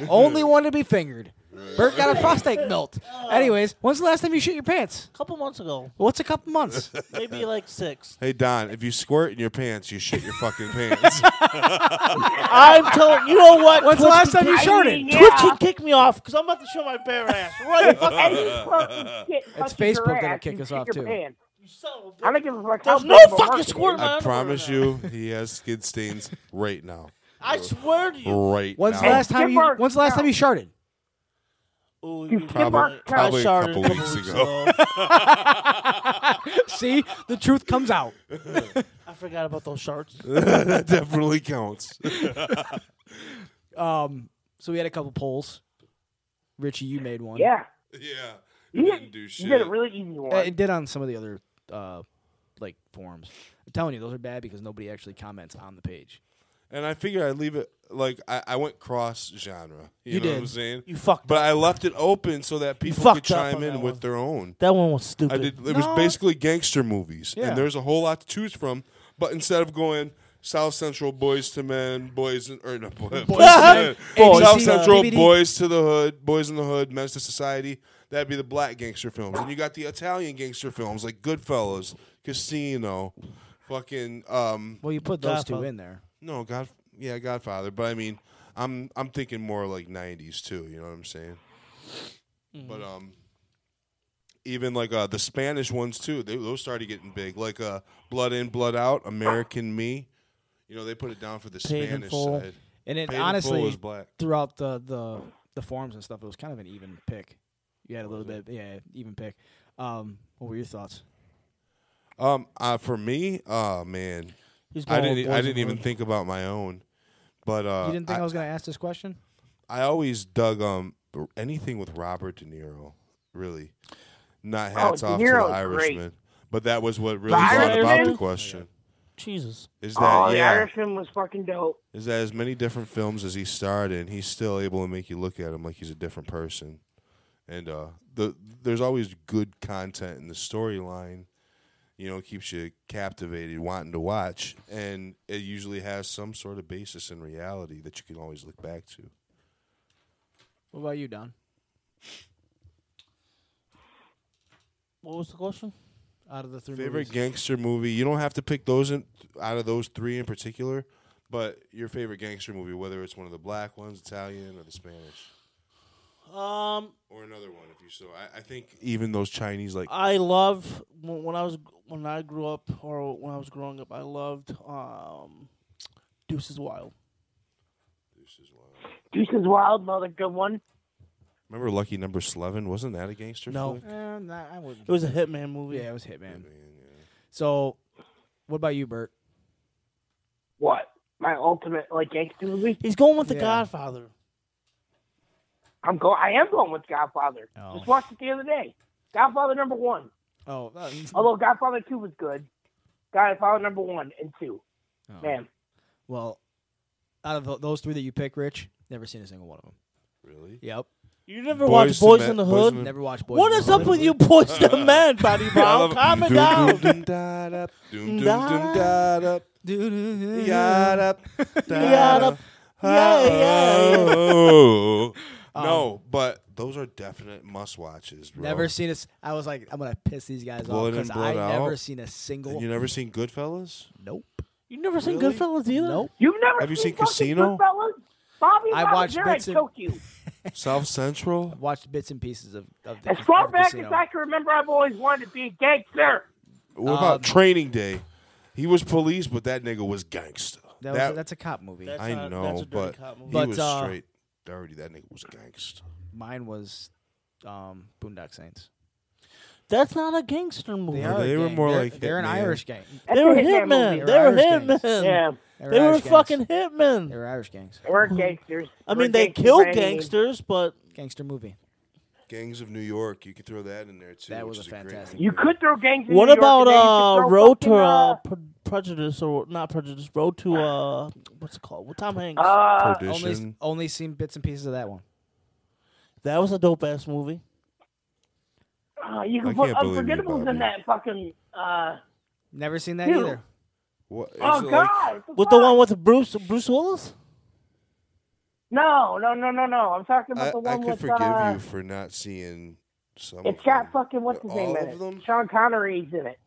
S3: only one to be fingered. Bert got a prostate melt. Anyways, when's the last time you shit your pants?
S5: couple months ago,
S3: What's a couple months?
S5: maybe like six.
S1: Hey Don, if you squirt in your pants, you shit your fucking pants.
S5: I'm telling you know what?
S3: When's the
S5: Twitch
S3: last
S5: would
S3: time you
S5: kick-
S3: snorted?
S4: Yeah.
S5: Twitch would kick me off because I'm about to show my bare ass. Right?
S4: Any fucking shit touches
S3: Facebook
S4: your
S3: that'll
S4: ass,
S3: kick
S4: you
S3: us
S4: shit
S3: off,
S4: your
S3: too.
S4: pants.
S5: You son of a bitch.
S4: I don't give a fuck.
S5: There's
S4: how
S5: no
S4: big of a
S5: fucking
S4: market it
S5: squirt
S4: is.
S5: in my-
S1: I promise you, he has skid stains right now.
S5: I swear to you.
S1: Right
S3: When's the
S1: now.
S3: last time you
S4: Skipper,
S3: when's the last time you sharted?
S5: Ooh, you
S1: Probably,
S5: I
S1: probably a
S5: sharted
S1: couple weeks ago.
S3: See? The truth comes out.
S5: I forgot about those sharks.
S1: that definitely counts.
S3: Um so we had a couple polls. Richie, you made one.
S4: Yeah.
S1: yeah.
S4: You
S1: didn't
S4: did,
S1: do
S4: you did
S1: shit.
S4: a really easy one.
S3: Uh, It did on some of the other uh like forums. I'm telling you, those are bad because nobody actually comments on the page.
S1: And I figured I'd leave it like I, I went cross genre. You,
S3: You
S1: know what
S3: did.
S1: I'm saying?
S5: You fucked
S1: But
S5: up.
S1: I left it open so that people
S5: fucked
S1: could
S5: up on
S1: chime
S5: that
S1: in
S5: one.
S1: with their own.
S5: That one was
S1: I
S5: stupid.
S1: did. It was
S3: No.
S1: basically gangster movies,
S3: Yeah.
S1: and there's a whole lot to choose from. But instead of going South Central Boys to Men, Boys and, or no, boy, boys, to Men,
S3: Boys.
S1: South
S3: ABC,
S1: Central
S3: DVD.
S1: Boys to the Hood, Boys in the Hood, Men's to Society, that'd be the black gangster films, and you got the Italian gangster films like Goodfellas, Casino, fucking um,
S3: Well you put those two
S5: Godfather.
S3: in there.
S1: no God, yeah Godfather. But I mean, I'm I'm thinking more like '90s too. You know what I'm saying?
S3: Mm-hmm.
S1: But um, even like uh, the Spanish ones too. They, those started getting big. Like uh, Blood In, Blood Out, American Me. You know they put it down for the
S5: Paid in
S1: Spanish
S5: Full.
S1: side.
S3: And it
S1: Paid in Full
S3: honestly
S1: is black.
S3: throughout the the the forums and stuff, it was kind of an even pick. You had a little bit, yeah, even pick. Um, what were your thoughts?
S1: Um, uh, for me, oh man,
S5: He's
S1: I
S5: going with
S1: didn't. e, I
S5: Boys
S1: didn't
S5: in
S1: even
S5: Blue.
S1: think about my own, but uh,
S3: you didn't think
S1: I,
S3: I, was going to ask this question?
S1: I always dug um anything with Robert De Niro. Really, not
S4: Oh,
S1: hats
S4: De
S1: off to
S4: Niro's
S1: the
S4: great.
S1: Irishman, but that was what really brought
S4: Irishman?
S1: about the question.
S5: Jesus.
S1: Is that
S4: Oh, the
S1: yeah?
S4: Irishman was fucking dope.
S1: Is that as many different films as he starred in, he's still able to make you look at him like he's a different person, and uh, the there's always good content in the storyline. You know, keeps you captivated, wanting to watch, and it usually has some sort of basis in reality that you can always look back to.
S3: What about you, Don?
S5: What was the question?
S3: Out of the three
S1: Favorite
S3: movies?
S1: gangster movie? You don't have to pick those in, out of those three in particular, but your favorite gangster movie, whether it's one of the black ones, Italian, or the Spanish,
S5: Um,
S1: or another one, if you so. I, I think even those Chinese, like
S5: I love when, when I was when I grew up or when I was growing up, I loved um, Deuces Wild.
S4: Deuces Wild, another good one.
S1: remember Lucky Number Eleven? Wasn't that a gangster?
S5: No.
S1: flick?
S3: Eh, nah, I wouldn't.
S5: It was a hitman movie.
S3: yeah, it was Hitman.
S1: Man, yeah.
S3: So, what about you, Bert?
S4: What? My ultimate like gangster movie?
S5: He's going with the
S3: Yeah.
S5: Godfather.
S4: I'm go. I am going with Godfather.
S3: Oh.
S4: Just watched it the other day. Godfather number one.
S3: Oh, uh,
S4: Although Godfather two was good. Godfather number one and two.
S3: oh.
S4: Man,
S3: Well, out of tho- those three that you pick, Rich, never seen a single one of them.
S1: Really?
S3: Yep.
S5: You never
S1: Boys
S5: watched
S1: to
S5: Boys
S1: Men-
S5: in the
S1: Boys
S5: Hood?
S1: in the-
S3: Never watched Boys.
S5: What
S3: in the
S5: is up
S3: Hood.
S5: with you, Boys to Men, Bobby Brown? Calm it down.
S1: Doom, doom, da, da, doom, doom, doom, da, da,
S3: Doo-doo-doo.
S1: yada, da,
S5: Yada. Yeah, yeah, Um, yeah.
S1: oh. No, but those are definite must-watches. Bro.
S3: Never seen us. I was like, I'm gonna piss these guys
S1: Blood
S3: off
S1: in,
S3: because I
S1: blood
S3: never
S1: out.
S3: seen a
S1: And
S3: single.
S1: you never seen Goodfellas?
S3: nope.
S5: You never seen
S1: Really?
S5: Goodfellas either?
S3: Nope.
S4: you've never
S1: Have you seen
S4: fucking
S1: Casino?
S4: Goodfellas? Bobby,
S3: I
S4: Bobby,
S3: watched
S4: there I
S3: bits of-
S4: choke you.
S1: South Central?
S3: Watched bits and pieces of. of the,
S4: As
S3: of
S4: far
S3: the
S4: back
S3: casino.
S4: as I can remember, I've always wanted to be a gangster.
S1: What about
S3: Um,
S1: Training Day? He was police, but that nigga was gangster.
S3: that was, that's uh, a cop movie.
S5: That's
S1: I
S5: not- that's
S1: know,
S5: a dirty
S1: but
S5: cop movie.
S1: he
S3: But,
S1: was
S3: uh,
S1: straight dirty. That nigga was gangster.
S3: Mine was, um, Boondock Saints.
S5: That's not a gangster movie.
S3: They,
S5: They,
S3: are a
S1: they were
S3: gang.
S1: more
S3: they're,
S1: like
S3: they're an
S1: hitman.
S3: Irish gang.
S4: That's
S5: were
S4: a hitman
S5: hitmen.
S4: movie.
S5: They were
S3: Irish gangs.
S5: hitmen.
S4: Yeah,
S5: They were
S3: Irish gangs.
S5: fucking hitmen.
S3: They were Irish gangs.
S4: we're gangsters.
S5: I
S4: We're
S5: mean, they
S4: gangsters by
S5: killed
S4: any means.
S5: gangsters, but
S3: Gangster movie.
S1: Gangs of New York. You could throw that in there too.
S3: That
S1: which is
S3: was a
S1: great
S3: fantastic
S1: movie.
S4: You could throw gangs. in
S5: what
S4: New York
S5: about
S4: and they could
S5: uh,
S4: throw
S5: Road
S4: fucking,
S5: to uh, Pre- Prejudice or not Prejudice? Road to uh, what's it called? With Tom Hanks.
S4: uh,
S1: Perdition.
S3: Only only seen bits and pieces of that one.
S5: that was a dope ass movie.
S4: uh, you
S1: I
S4: can put
S1: can't believe you,
S4: Unforgettables
S1: Bobby.
S4: in that fucking. Uh,
S3: Never seen that
S4: Dude.
S3: either.
S1: What, is
S4: oh
S1: it
S4: God!
S1: like-
S4: what
S5: With the
S4: fuck?
S5: one with Bruce Bruce Willis?
S4: No, no, no, no, no. I'm talking about
S1: I,
S4: the
S1: I
S4: one
S1: could
S4: with.
S1: forgive
S4: uh,
S1: you for not seeing some.
S4: It's
S1: of
S4: got
S1: them.
S4: fucking what's his
S1: All
S4: name in
S1: of
S4: it?
S1: them?
S4: Sean Connery's in it.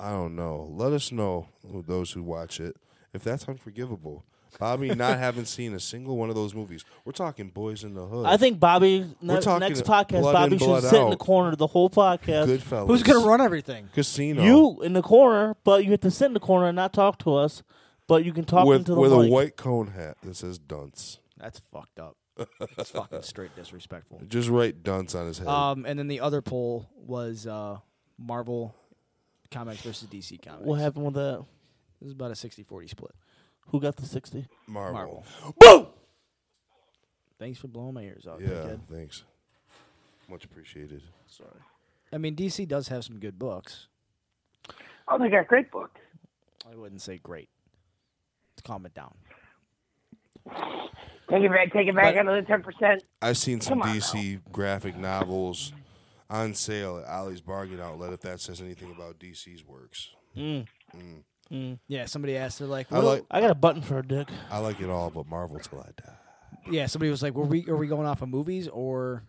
S1: I don't know. Let us know who- those who watch it if that's unforgivable. Bobby not having seen a single one of those movies. We're talking Boys in the Hood.
S5: I think Bobby ne-
S1: We're
S5: next
S1: talking
S5: podcast
S1: blood
S5: Bobby
S1: in,
S5: should
S1: blood
S5: sit in the
S1: out.
S5: corner the whole podcast.
S1: Goodfellas.
S3: Who's gonna run everything?
S1: Casino.
S5: You in the corner, but you have to sit in the corner and not talk to us. But you can talk
S1: with
S5: into the
S1: with a
S5: mic.
S1: white cone hat that says dunce.
S3: That's fucked up. It's fucking straight disrespectful.
S1: Just write dunce on his head.
S3: Um, and then the other poll was uh, Marvel comics versus DC comics.
S5: What happened with that?
S3: It was about a 60-40 split.
S5: Who got the sixty?
S1: Marvel.
S3: Marvel.
S5: Boom.
S3: Thanks for blowing my ears out.
S1: Yeah.
S3: dickhead.
S1: Thanks. Much appreciated.
S3: Sorry. I mean, DC does have some good books.
S4: Oh, they got great books.
S3: I wouldn't say great. Let's calm it down.
S4: Take it back. Take it back.
S3: But-
S4: Another ten percent.
S1: I've seen some
S4: Come on
S1: DC graphic novels on sale at Ollie's Bargain Outlet. If that says anything about DC's works,
S3: Yeah, somebody asked. They're like,
S1: I
S3: "Well-"
S1: like
S5: I got a button for a dick.
S1: I like it all, but Marvel till I die.
S3: yeah, somebody was like, were we are we going off of movies or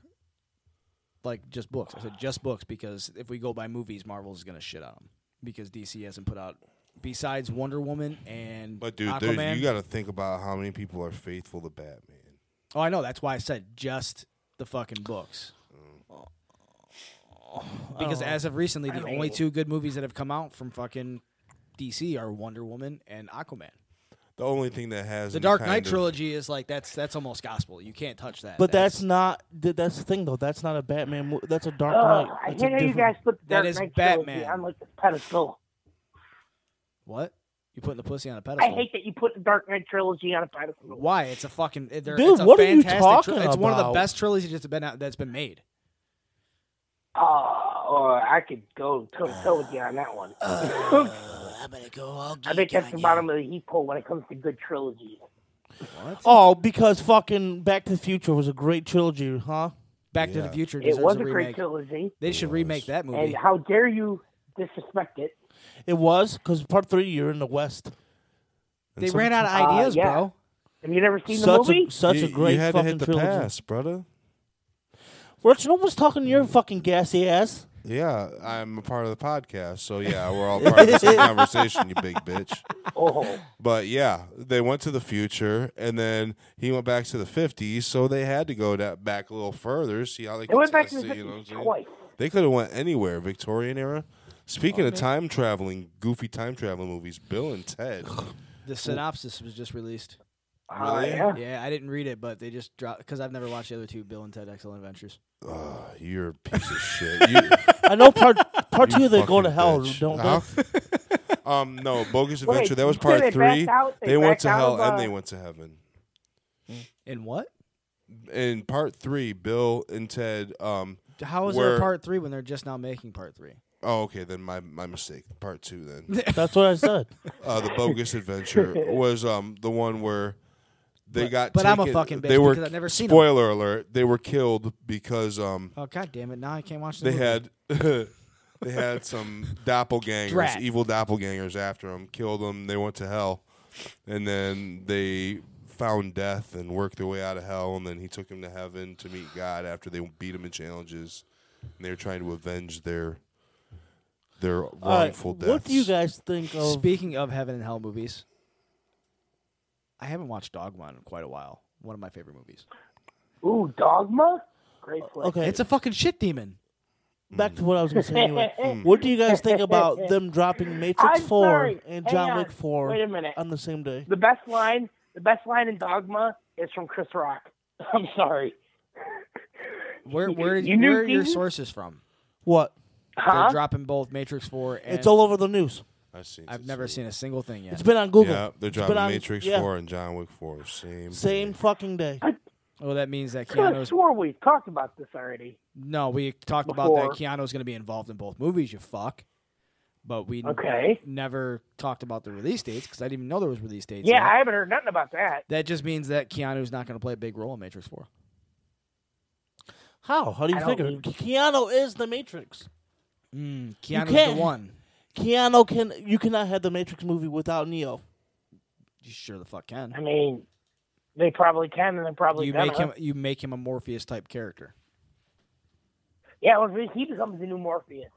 S3: like just books? I said just books because if we go by movies, Marvel's gonna shit on them because DC hasn't put out besides Wonder Woman and
S1: But dude, there's-
S3: Aquaman.
S1: you got to think about how many people are faithful to Batman.
S3: oh, I know. That's why I said just the fucking books.
S4: Oh.
S3: Because as of recently, the only two good movies that have come out from fucking DC are Wonder Woman and Aquaman.
S1: the only thing that has
S3: The
S1: any
S3: Dark
S1: kind
S3: Knight
S1: of-
S3: trilogy is like that's that's almost gospel. You can't touch that.
S5: But that's, not. th- That's the thing, though. That's not a Batman. Mo- that's a Dark
S4: Ugh,
S5: Knight.
S4: Oh, I
S5: That's a
S4: can't know you
S5: different-
S4: guys put the
S3: That
S4: Dark
S3: is
S4: Knight trilogy
S3: Batman.
S4: on like the pedestal.
S3: what you putting the pussy on a pedestal.
S4: I hate that you put the Dark Knight trilogy on a pedestal.
S3: Why? It's a fucking it- they're-
S5: Dude,
S3: It's a
S5: what are you
S3: fantastic
S5: talking
S3: tri- It's one of the
S5: about?
S3: best trilogies that's been out, that's been made.
S4: Oh, I could go toe to toe with you on that one.
S5: Uh,
S3: I'm gonna go. I'll
S4: I think that's the bottom of the heap hole when it comes to good trilogies.
S5: Oh, because fucking Back to the Future was a great trilogy, huh?
S3: Back to
S1: Yeah.
S3: the Future
S4: It
S3: deserves
S4: was
S3: a
S4: a great
S3: remake.
S4: trilogy,
S3: They should remake that
S4: and
S3: movie.
S4: how dare you disrespect it?
S5: It was because part three, you're in the West.
S1: and
S3: They
S1: some-
S3: ran out of ideas,
S4: Uh, yeah.
S3: bro.
S4: Have you never seen
S5: Such
S4: the movie?
S5: a such
S1: you,
S5: a great
S1: You had
S5: fucking
S1: to hit the
S5: trilogy.
S1: pass, brother.
S5: Rich, no one's talking to your fucking gassy ass.
S1: Yeah, I'm a part of the podcast, so yeah, we're all part of the same conversation, you big bitch.
S4: oh,
S1: But yeah, they went to the future, and then he went back to the '50s, so they had to go that back a little further. See how they
S4: it
S1: could
S4: went back
S1: test
S4: to the
S1: it, you know what I'm
S4: 50s
S1: saying?
S4: twice.
S1: They could have went anywhere, Victorian era. Speaking of time traveling, goofy time traveling movies, Bill and Ted.
S3: The synopsis was just released.
S4: Ah,
S1: Really?
S4: yeah.
S3: Yeah, I didn't read it, but they just dropped because I've never watched the other two Bill and Ted Excellent Adventures.
S1: Ugh, Uh, you're a piece of shit. You,
S5: I know part part
S1: you
S5: two they go to
S1: fucking
S5: hell,
S1: bitch.
S5: don't
S1: Huh?
S5: they?
S1: um, no, bogus
S4: Wait,
S1: adventure. that was
S4: you said
S1: part
S4: they
S1: three.
S4: backed out- they
S1: they went
S4: backed
S1: to
S4: out
S1: hell
S4: of,
S1: and
S4: uh,
S1: they went to heaven.
S3: In what?
S1: in part three, Bill and Ted. Um,
S3: How is there
S1: Where-
S3: a part three when they're just now making part three?
S1: oh, okay, then my my mistake. Part two, then
S5: That's what I said.
S1: uh, the bogus adventure was um the one where they
S3: But-
S1: got.
S3: but I'm a
S1: taken-
S3: fucking bitch
S1: They were
S3: because I've never seen 'em.
S1: spoiler alert. They were killed because um
S3: Oh god damn it! Now I can't watch. The
S1: they
S3: movie.
S1: had. they had some doppelgangers,
S3: Drat.
S1: evil doppelgangers after them, killed them. They went to hell, and then they found death and worked their way out of hell. And then he took them to heaven to meet God after they beat him in challenges, and they were trying to avenge their their
S5: All right,
S1: wrongful deaths.
S5: Uh, what do you guys think of?
S3: Speaking of heaven and hell movies, I haven't watched Dogma in quite a while. One of my favorite movies.
S4: Ooh, Dogma. Great play.
S5: Uh, okay,
S3: It's a fucking shit demon.
S5: back to what I was going to say anyway. What do you guys think about them dropping Matrix
S4: I'm
S5: Four
S4: sorry.
S5: and
S4: Hang
S5: John
S4: on.
S5: Wick Four Um,
S4: Wait a minute.
S5: on the same day?
S4: The best line, the best line in Dogma is from Chris Rock. I'm sorry.
S3: Where where
S4: You knew Uh-huh.
S3: where are your
S4: things?
S3: sources from?
S5: What?
S4: Huh?
S3: They're dropping both Matrix Four and
S5: It's all over the news.
S1: I've seen.
S3: I've never seen a single thing yet.
S5: It's been on Google.
S1: Yeah, they're
S5: It's been
S1: dropping
S5: on-
S1: Matrix
S5: yeah,
S1: Four and John Wick Four. Same.
S5: Same fucking day.
S3: Well, that means that
S4: I
S3: Keanu's
S4: swore we talked about this already.
S3: no. We talked
S4: Before.
S3: about that Keanu's going to be involved in both movies. You fuck. But we
S4: Okay.
S3: never talked about the release dates because I didn't even know there was release dates.
S4: Yeah,
S3: yet.
S4: I haven't heard nothing about that.
S3: that just means that Keanu's not going to play a big role in Matrix Four.
S5: How? How do
S4: I
S5: you
S4: don't
S5: figure?
S4: think-
S5: Keanu is the Matrix.
S3: Mm, Keanu's
S5: can't-
S3: the one.
S5: Keanu can. You cannot have the Matrix movie without Neo.
S3: You sure the fuck can.
S4: I mean, they probably can, and they probably
S3: you
S4: gonna.
S3: make him you make him a Morpheus type character.
S4: Yeah, well, if he becomes the new Morpheus.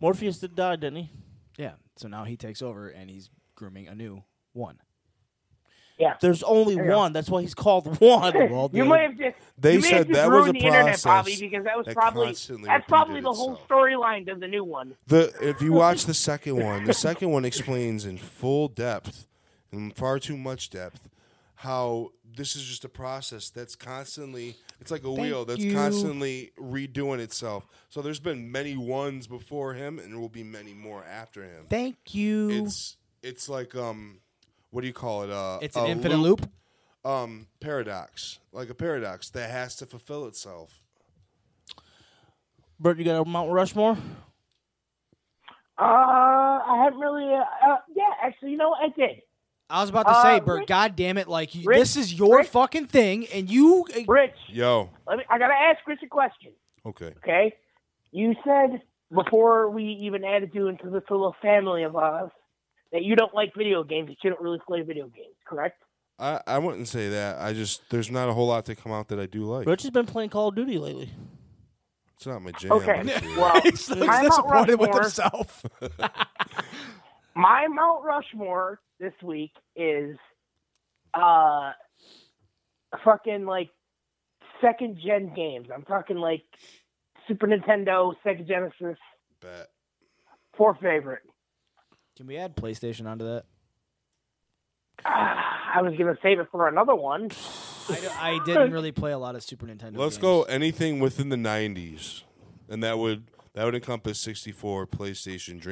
S5: Morpheus did die, didn't he?
S3: Yeah. So now he takes over and he's grooming a new one.
S4: Yeah.
S5: There's only
S4: you go.
S5: one. That's why he's called one.
S3: Well,
S4: You
S3: dude,
S4: might have just
S1: They
S4: you may have
S1: said
S4: just
S1: that was
S4: ruined
S1: a
S4: the internet, Bobby,
S1: process
S4: because that was
S1: that
S4: probably
S1: constantly
S4: that's probably
S1: repeated
S4: the whole
S1: itself.
S4: storyline of the new one.
S1: The if you watch the second one, the second one explains in full depth, in far too much depth, how this is just a process that's constantly it's like a wheel that's
S3: you.
S1: constantly redoing itself. So there's been many ones before him and there will be many more after him.
S3: thank you. It's,
S1: It's it's like um what do you call it? Uh
S3: an
S1: a
S3: infinite loop.
S1: Um paradox. Like a paradox that has to fulfill itself.
S5: Bert, you got a Mount Rushmore?
S4: Uh, I haven't really. Uh, uh, yeah, actually, you know, what? I did.
S3: I was about to
S4: Uh,
S3: say, Bert,
S4: Rick-
S3: god damn it, like you,
S4: Rick-
S3: this is your
S4: Rick-
S3: fucking thing and you uh,
S4: Rich,
S1: Yo.
S4: let me. I gotta ask Rich a question.
S1: Okay.
S4: Okay, you said before we even added you into this little family of us that you don't like video games. That you don't really play video games, correct?
S1: I, I wouldn't say that. I just there's not a whole lot to come out that I do like.
S5: Rich has been playing Call of Duty lately.
S1: It's not my jam.
S4: Okay.
S1: but it's-
S4: Well,
S3: he's
S4: I'm not
S3: disappointed with
S4: Rushmore.
S3: himself.
S4: my Mount Rushmore this week is uh fucking like second gen games. I'm talking like Super Nintendo, Sega Genesis,
S1: Bet.
S4: four favorite.
S3: Can we add PlayStation onto that?
S4: Ah, I was gonna save it for another one.
S3: I, I didn't really play a lot of Super Nintendo.
S1: Let's
S3: games.
S1: go anything within the '90s, and that would that would encompass 64, PlayStation,
S4: Yeah,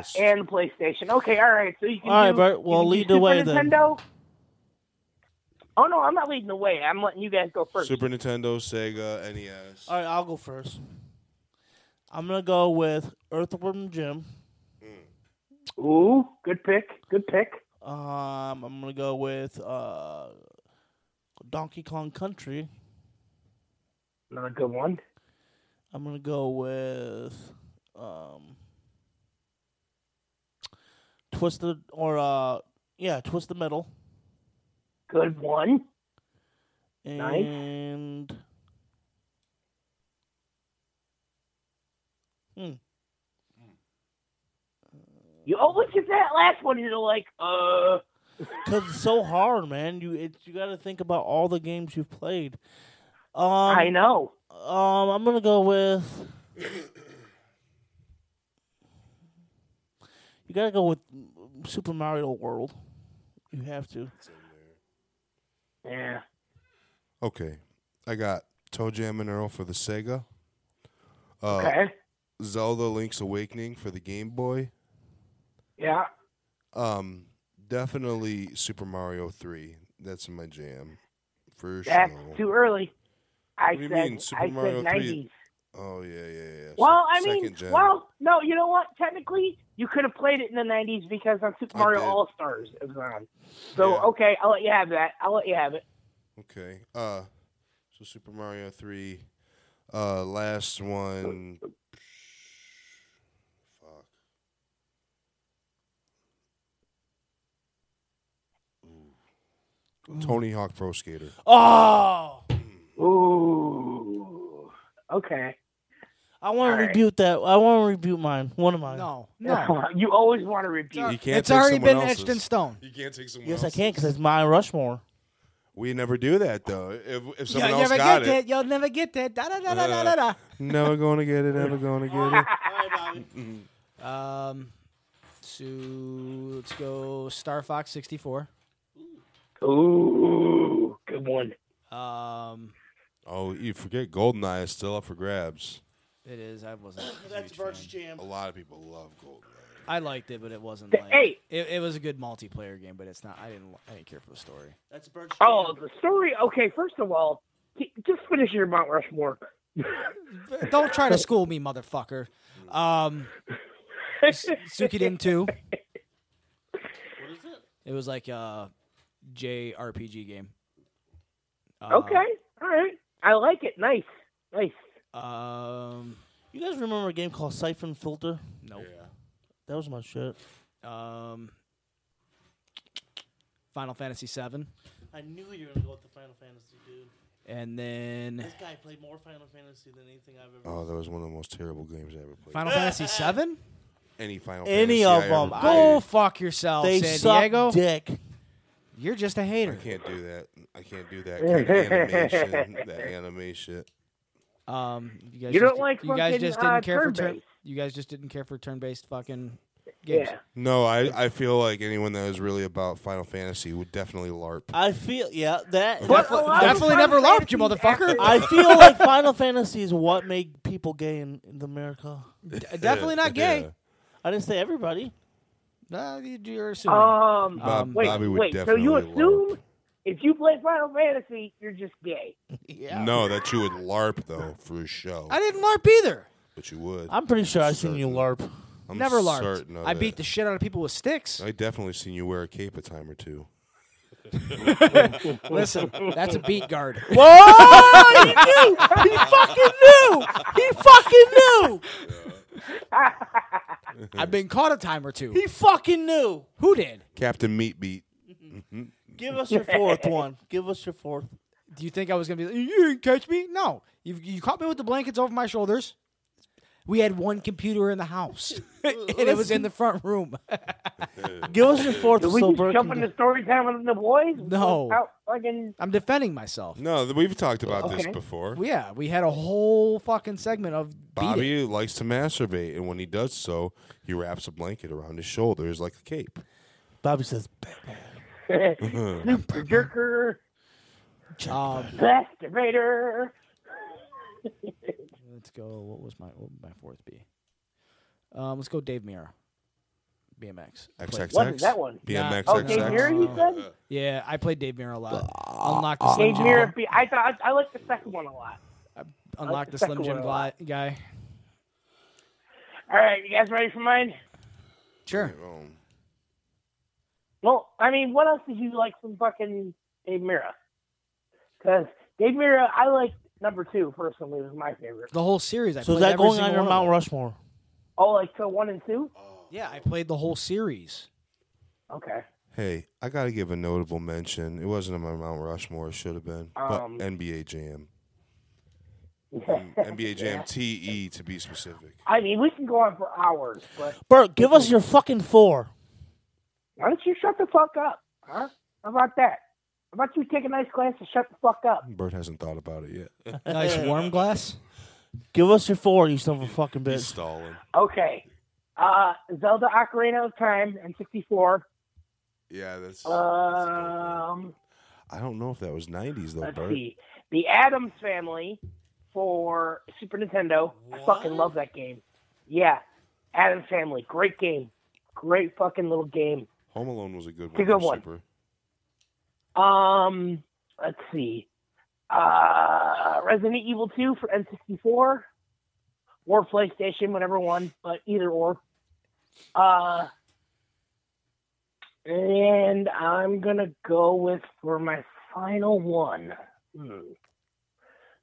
S1: Dreamcast.
S4: and PlayStation. Okay, all right. So you can
S5: All right,
S4: do,
S5: Bert,
S4: you can
S5: well,
S4: do
S5: lead the
S4: Super
S5: way then.
S4: Nintendo. Oh no, I'm not leading the way. I'm letting you guys go first.
S1: Super Nintendo, Sega, E NES.
S5: All right, I'll go first. I'm gonna go with Earthworm Jim.
S4: Ooh, good pick. Good pick.
S5: Um, I'm gonna go with uh, Donkey Kong Country.
S4: Another good one.
S5: I'm gonna go with um, Twisted or uh, yeah, Twisted Metal.
S4: Good one. Nice.
S5: And
S4: You oh look at that last one. You're like, uh,
S5: because it's so hard, man. You it, you got to think about all the games you've played. Um,
S4: I know.
S5: Um, I'm gonna go with. You gotta go with Super Mario World. You have to.
S4: Yeah.
S1: Okay, I got Toe Jam and Earl for the Sega. Uh,
S4: Okay.
S1: Zelda: Link's Awakening for the Game Boy.
S4: Yeah.
S1: Um, definitely Super Mario Three. That's my jam, for
S4: That's
S1: sure.
S4: too early. I
S1: What do you
S4: said.
S1: mean, Super
S4: I
S1: Mario
S4: said
S1: 3
S4: 90s.
S1: Oh yeah, yeah, yeah.
S4: Well,
S1: Sec-
S4: I mean,
S1: second gen.
S4: well, no, you know what? Technically, you could have played it in the '90s because on Super
S1: I
S4: Mario
S1: did.
S4: All Stars it was on. So
S1: Yeah.
S4: okay, I'll let you have that. I'll let you have it.
S1: Okay. Uh, so Super Mario Three. Uh, last one. Fuck. Tony Hawk Pro Skater.
S5: Oh,
S4: Ooh. Okay.
S5: I want to
S4: Alright.
S5: rebuke that. I want to rebuke mine. One of mine.
S3: No, no.
S4: you always want to repeat.
S1: You can't
S3: it's
S1: take
S3: already
S1: someone
S3: been etched
S1: else's.
S3: in stone.
S1: You can't take someone
S5: Yes, I
S1: else's.
S5: can because it's my Rushmore.
S1: We never do that though. If, if someone
S3: You'll
S1: else
S3: never
S1: got
S3: get
S1: it,
S3: that. You'll never get that. Da da da da da da da.
S1: never gonna get it. Never gonna get it.
S3: Um, so let's go Star Fox 64.
S4: Ooh, good one.
S3: Um,
S1: Oh, you forget GoldenEye is still up for grabs.
S3: it is. I wasn't. a huge fan.
S5: Jam.
S1: A lot of people love GoldenEye.
S3: I liked it, but it wasn't.
S4: The
S3: Like,
S4: eight.
S3: It, it was a good multiplayer game, but it's not. I didn't. I didn't care for the story.
S5: That's Birch
S4: Oh, the story. Okay, first of all, he- just finish your Mount Rushmore.
S3: Don't try to school me, motherfucker. Um, S- Suikoden 2.
S5: What is it?
S3: It was like a JRPG game. Uh,
S4: okay, all right. I like it. Nice, nice.
S3: Um,
S5: You guys remember a game called Siphon Filter?
S3: nope.
S5: That was my shit.
S3: Um, Final Fantasy 7.
S5: I knew you were gonna go with the Final Fantasy, dude.
S3: And then
S5: This guy played more Final Fantasy than anything I've ever.
S1: Oh, that was one of the most terrible games I ever played.
S3: Final Fantasy Seven?
S1: Any Final
S5: Any
S1: Fantasy
S5: of
S1: I ever
S5: them.
S3: Go
S1: played.
S3: fuck yourself,
S5: they
S3: Oh, San
S5: suck
S3: Diego.
S5: dick.
S3: You're just a
S1: I
S3: hater.
S1: can't do that. I can't do that kind of animation. That animation.
S3: Um, you guys
S4: You
S3: just
S4: don't like
S3: you guys
S4: fucking,
S3: just didn't
S4: uh,
S3: care for turn.
S4: turn-based.
S3: You guys just didn't care for turn-based fucking games.
S4: Yeah.
S1: No, I, I feel like anyone that is really about Final Fantasy would definitely LARP.
S3: Uh,
S5: I feel yeah that.
S4: But
S5: that-
S4: a lot of
S3: Definitely
S4: Final
S3: never LARPed, you
S4: Fantasies
S3: motherfucker.
S4: after-
S5: I feel like Final Fantasy is what made people gay in, in America.
S3: D- definitely not gay.
S5: I didn't say everybody.
S3: Nah, you- you're assuming.
S4: Um,
S1: Bob,
S3: Um,
S4: wait,
S1: Bobby would
S4: wait. So
S1: definitely
S4: you
S1: LARP.
S4: assume if you play Final Fantasy, you're just gay.
S5: Yeah.
S1: No, that you would LARP though for a show,
S3: I didn't LARP either.
S1: but you would.
S5: I'm pretty sure I seen you LARP.
S1: I'm
S3: Never LARPed.
S1: certain of
S3: I
S1: it.
S3: beat the shit out of people with sticks.
S1: I definitely seen you wear a cape a time or two.
S3: Listen, that's a beat guard.
S5: Whoa! He knew. Oh, He fucking knew. He fucking knew.
S3: I've been caught a time or two.
S5: He fucking knew.
S3: Who did?
S1: Captain Meat Beat.
S5: Give us your fourth one. Give us your fourth.
S3: Do you think I was gonna be? like, You didn't catch me? No, you you caught me with the blankets over my shoulders. We had one computer in the house, and it was in the front room.
S5: Give us your fourth.
S4: Did we
S5: so
S4: just
S5: Bert
S4: jump
S5: can-
S4: into story time with the boys?
S3: No.
S4: Without fucking
S3: I'm defending myself.
S1: No, th- we've talked about this
S4: Okay.
S1: before.
S3: Well, yeah, we had a whole fucking segment of beat it.
S1: Bobby likes to masturbate, and when he does so, he wraps a blanket around his shoulders like a cape.
S5: Bobby says, Batman.
S4: Super jerker,
S3: Um,
S4: masturbator.
S3: let's go. What was my what would my fourth be? Um, let's go Dave Mirra, BMX. I played-
S1: XXX.
S4: What is that one?
S1: BMX
S4: Oh,
S3: Nah.
S4: Dave
S1: XX.
S4: Mirror, you said?
S3: Yeah, I played Dave Mirra a lot.
S5: Ah.
S3: Unlocked the Slim
S4: Dave
S3: Jim.
S4: Mirror. be- I thought I like the second one a lot.
S3: Unlocked the
S4: the
S3: Slim
S4: second
S3: Jim
S4: one a
S3: gli-
S4: lot.
S3: guy.
S4: All right, you guys ready for mine?
S3: Sure.
S1: Um,
S4: Well, I mean, what else did you like from fucking Dave Mirra? Because Dave Mirra, I like number two personally was my favorite.
S3: The whole series. I
S5: So is
S3: played
S5: that
S3: every
S5: going on
S3: single
S5: your
S3: one of
S5: Mount
S3: them.
S5: Rushmore?
S4: Oh, like so one and two?
S3: Yeah, I played the whole series.
S4: Okay.
S1: Hey, I gotta give a notable mention. It wasn't on my Mount Rushmore. It should have been. But
S4: Um,
S1: NBA Jam.
S4: Yeah.
S1: NBA Jam TE to be specific.
S4: I mean, we can go on for hours, but
S5: Bert, give us your fucking four.
S4: why don't you shut the fuck up? Huh? How about that? How about you take a nice glass and shut the fuck up?
S1: Bert hasn't thought about it yet.
S3: Nice warm glass.
S5: Give us your four, you son of a fucking
S1: He's
S5: bitch.
S1: stalling.
S4: Okay. Uh, Zelda Ocarina of Time and 64.
S1: Yeah, that's.
S4: Uh, Um,
S1: I don't know if that was '90s though,
S4: let's
S1: Bert.
S4: see. The Adams Family for Super Nintendo. I fucking love that game. Yeah. Adams Family. Great game. Great fucking little game.
S1: Home Alone was a good
S4: It's
S1: one.
S4: a good
S1: for
S4: one.
S1: Super.
S4: Um, let's see. Uh, Resident Evil 2 for N64 or PlayStation, whatever one, but either or. Uh, and I'm gonna go with for my final one. Hmm.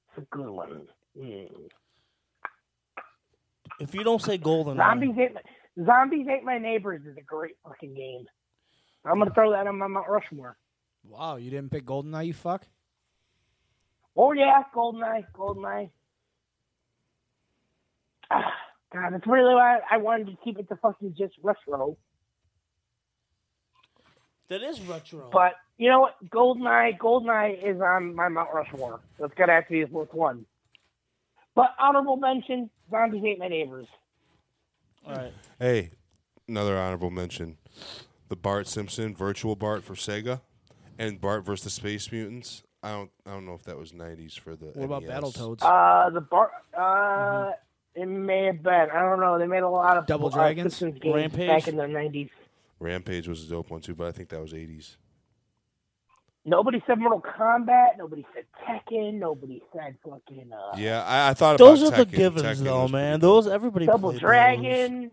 S4: It's a good one. Hmm.
S5: If you don't say golden,
S4: Zombies ain't my, Zombies ain't my neighbors is a great fucking game. I'm gonna throw that on my Mount Rushmore.
S3: Wow, you didn't pick Goldeneye, you fuck.
S4: Oh yeah, Goldeneye, Goldeneye. Ah, God, that's really why I wanted to keep it to fucking just retro.
S5: that is retro.
S4: But you know what? Goldeneye, Goldeneye is on my Mount Rushmore. That's gonna have to be the fourth one. But honorable mention: Zombies Ate My Neighbors.
S5: All right.
S1: Hey, another honorable mention: the Bart Simpson Virtual Bart for Sega, and Bart versus the Space Mutants. I don't. I don't know if that was '90s for the. E
S3: What about
S1: NES.
S3: Battletoads?
S4: Uh, the bar. Uh, it may have been. I don't know. They made a lot of
S3: Double
S4: uh,
S3: Dragons?
S4: Simpsons games
S5: Rampage?
S4: back in the nineties.
S1: Rampage was a dope one too, but I think that was '80s.
S4: Nobody said Mortal Kombat. Nobody said Tekken. Nobody said fucking uh,
S1: Yeah, I, I thought
S5: Those are
S1: about
S5: the
S1: Tekken.
S5: givens,
S1: Tekken
S5: though,
S1: was pretty
S5: man.
S1: dope.
S5: Those everybody.
S4: Double
S5: played
S4: Dragon.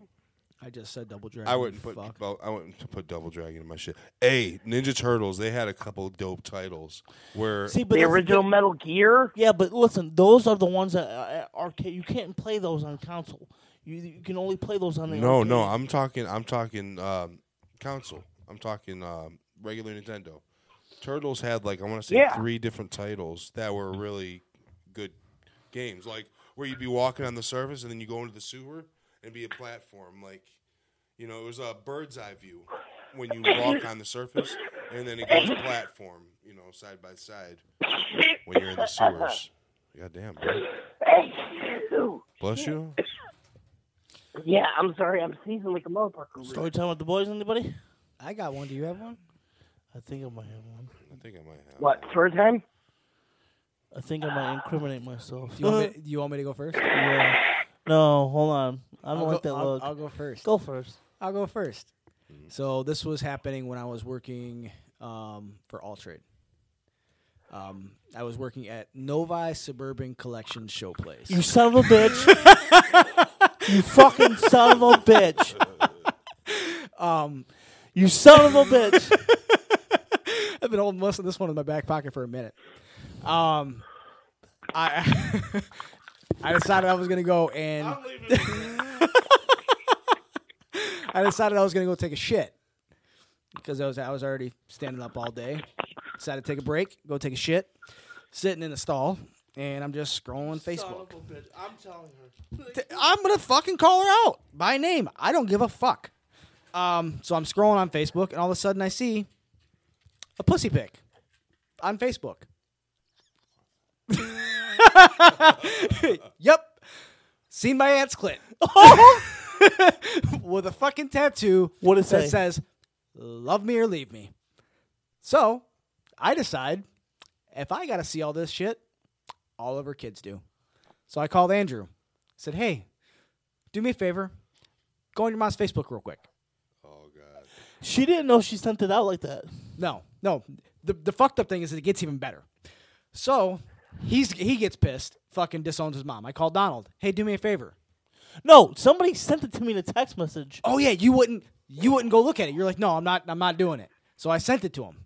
S3: I just said Double Dragon.
S1: I
S3: you
S1: wouldn't put
S3: fuck.
S1: well, I wouldn't put Double Dragon in my shit. Hey, Ninja Turtles, they had a couple dope titles where
S5: Those. See, but
S4: the
S5: that's
S4: original
S5: thing-
S4: Metal Gear.
S5: Yeah, but listen, those are the ones that uh, uh, arcade. You can't play those on console. You, you can only play those on the.
S1: No,
S5: arcade.
S1: no, I'm talking I'm talking um, console. I'm talking um, regular Nintendo. Turtles had like I want to say
S4: Yeah.
S1: three different titles that were really good games. Like where you'd be walking on the surface and then you go into the sewer and be a platform like you know, it was a bird's eye view when you walk on the surface and then it goes platform, you know, side by side when you're in the sewers. God damn, bro. Bless you.
S4: yeah, I'm sorry. I'm seasoned like a motherfucker.
S5: Story time with the boys. Anybody?
S3: I got one. Do you have one?
S5: I think I might have one.
S1: I think I might have.
S4: What? Story time?
S5: I think I might incriminate myself.
S3: Do you want me, do you want me to go first? I
S5: Yeah. No, hold on. I don't like
S3: go,
S5: that
S3: I'll-
S5: look.
S3: I'll go first. Mm-hmm.
S5: go first.
S3: I'll go first. So this was happening when I was working um, for Alltrade. Um, I was working at Novi Suburban Collection Showplace.
S5: You son of a bitch. you fucking son of a bitch. Um,
S3: Um,
S5: you son of a bitch.
S3: I've been holding most of this one in my back pocket for a minute. Um, I I decided I was gonna go and I decided I was gonna go take a shit because I was I was already standing up all day. Decided to take a break, go take a shit, sitting in the stall, and I'm just scrolling Facebook.
S5: I'm telling her.
S3: I'm gonna fucking call her out by name. I don't give a fuck. Um, so I'm scrolling on Facebook, and all of a sudden I see a pussy pic on Facebook. yep, seen my aunt's clit with a fucking tattoo
S5: What'd it say?
S3: that says "Love me or leave me." So I decide if I got to see all this shit, all of her kids do. So I called Andrew. said, hey, do me a favor. Go on your mom's Facebook real quick.
S1: Oh god.
S5: She didn't know she sent it out like that.
S3: No, no. The, the fucked up thing is that it gets even better. So he's he gets pissed, fucking disowns his mom. I called Donald. Hey, do me a favor.
S5: No, somebody sent it to me in a text message.
S3: oh yeah, you wouldn't you wouldn't go look at it. You're like, no, I'm not I'm not doing it. So I sent it to him.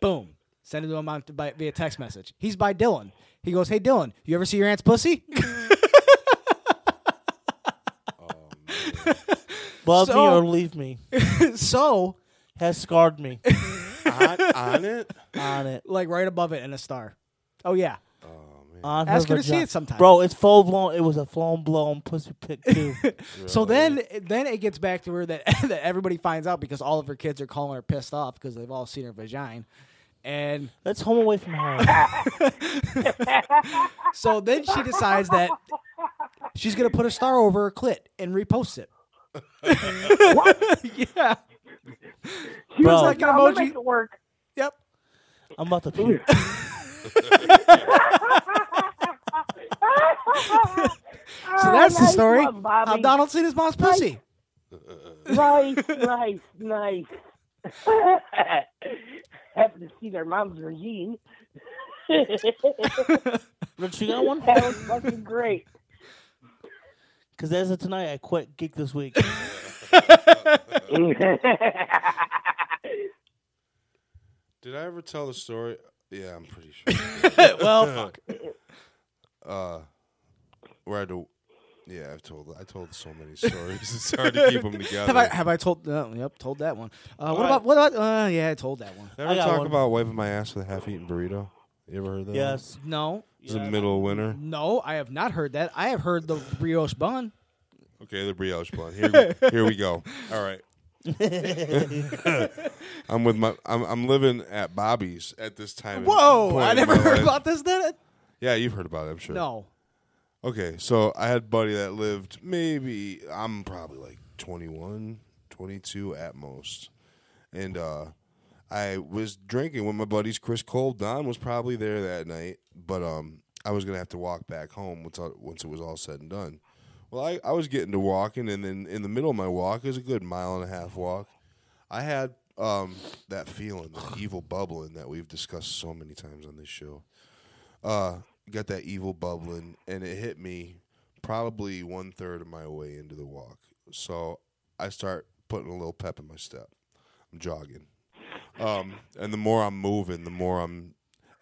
S3: Boom. Send it to him on, by, via text message. He's by Dylan. He goes, Hey Dylan, you ever see your aunt's pussy?
S5: Love me
S3: So-
S5: or leave me
S3: so
S5: has scarred me
S1: on, on it.
S5: on it.
S3: like right above it and a star. Oh yeah.
S5: On
S3: Ask her to
S5: vagina.
S3: see it sometime.
S5: bro. It's full blown. It was a full blown pussy pick too.
S3: So then then it gets back to her that, that everybody finds out because all of her kids are calling her pissed off because they've all seen her vagina. And
S5: That's home away from home.
S3: so then she decides that she's gonna put a star over her clit and repost it. yeah.
S4: She
S5: Bro.
S4: was
S3: Like an
S4: like, "No, I'm gonna
S3: emoji-
S4: make it work.
S3: Yep.
S5: I'm about to puke.
S3: So that's the
S4: Ah, nice
S3: story.
S4: one, Bobby.
S3: How Donald seen his mom's pussy.
S4: nice, nice, nice. Happen to see their mom's regime. that
S5: Rich, you got one?
S4: was fucking great.
S5: Because as of tonight, I quit gig this week.
S1: Did I ever tell the story? Yeah, I'm pretty sure.
S3: well, fuck.
S1: Uh, where I do. Yeah, I've told. I told so many stories. It's hard to keep them together.
S3: Have I have I told? No, yep, told that one. Uh, what
S5: right.
S3: about what about? Uh, yeah, I told that one.
S1: Never
S5: I got
S1: talk
S5: one.
S1: about wiping my ass with a half-eaten burrito. You ever heard that?
S5: yes.
S3: No,
S1: It's the middle of winter.
S3: no, I have not heard that. I have heard the brioche bun.
S1: Okay, the brioche bun. Here, we, here we go. All right. I'm with my. I'm, I'm living at Bobby's at this time.
S3: Whoa, I never heard
S1: about
S3: about this. Then
S1: Yeah, you've heard about it, I'm sure.
S3: no,
S1: Okay, so I had a buddy that lived maybe, I'm probably like 21, 22 at most. And uh, I was drinking with my buddies. Chris Cole, Don was probably there that night, but um, I was going to have to walk back home once, I, once it was all said and done. Well, I, I was getting to walking, and then in the middle of my walk, it was a good mile and a half walk. I had um, that feeling, that evil bubbling that we've discussed so many times on this show uh, got that evil bubbling, and it hit me probably one third of my way into the walk. So I start putting a little pep in my step. I'm jogging, um, and the more I'm moving, the more I'm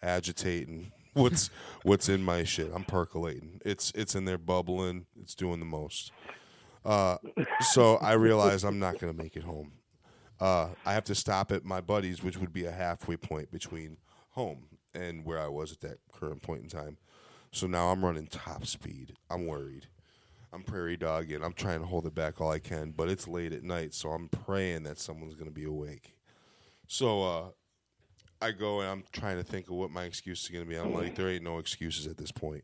S1: agitating. What's what's in my shit? I'm percolating. It's it's in there bubbling. It's doing the most. Uh, so I realize I'm not gonna make it home. Uh, I have to stop at my buddy's, which would be a halfway point between home and where I was at that current point in time. So now I'm running top speed. I'm worried. I'm prairie dogging. I'm trying to hold it back all I can, but it's late at night, so I'm praying that someone's going to be awake. So uh, I go and I'm trying to think of what my excuse is going to be. I'm like, there ain't no excuses at this point.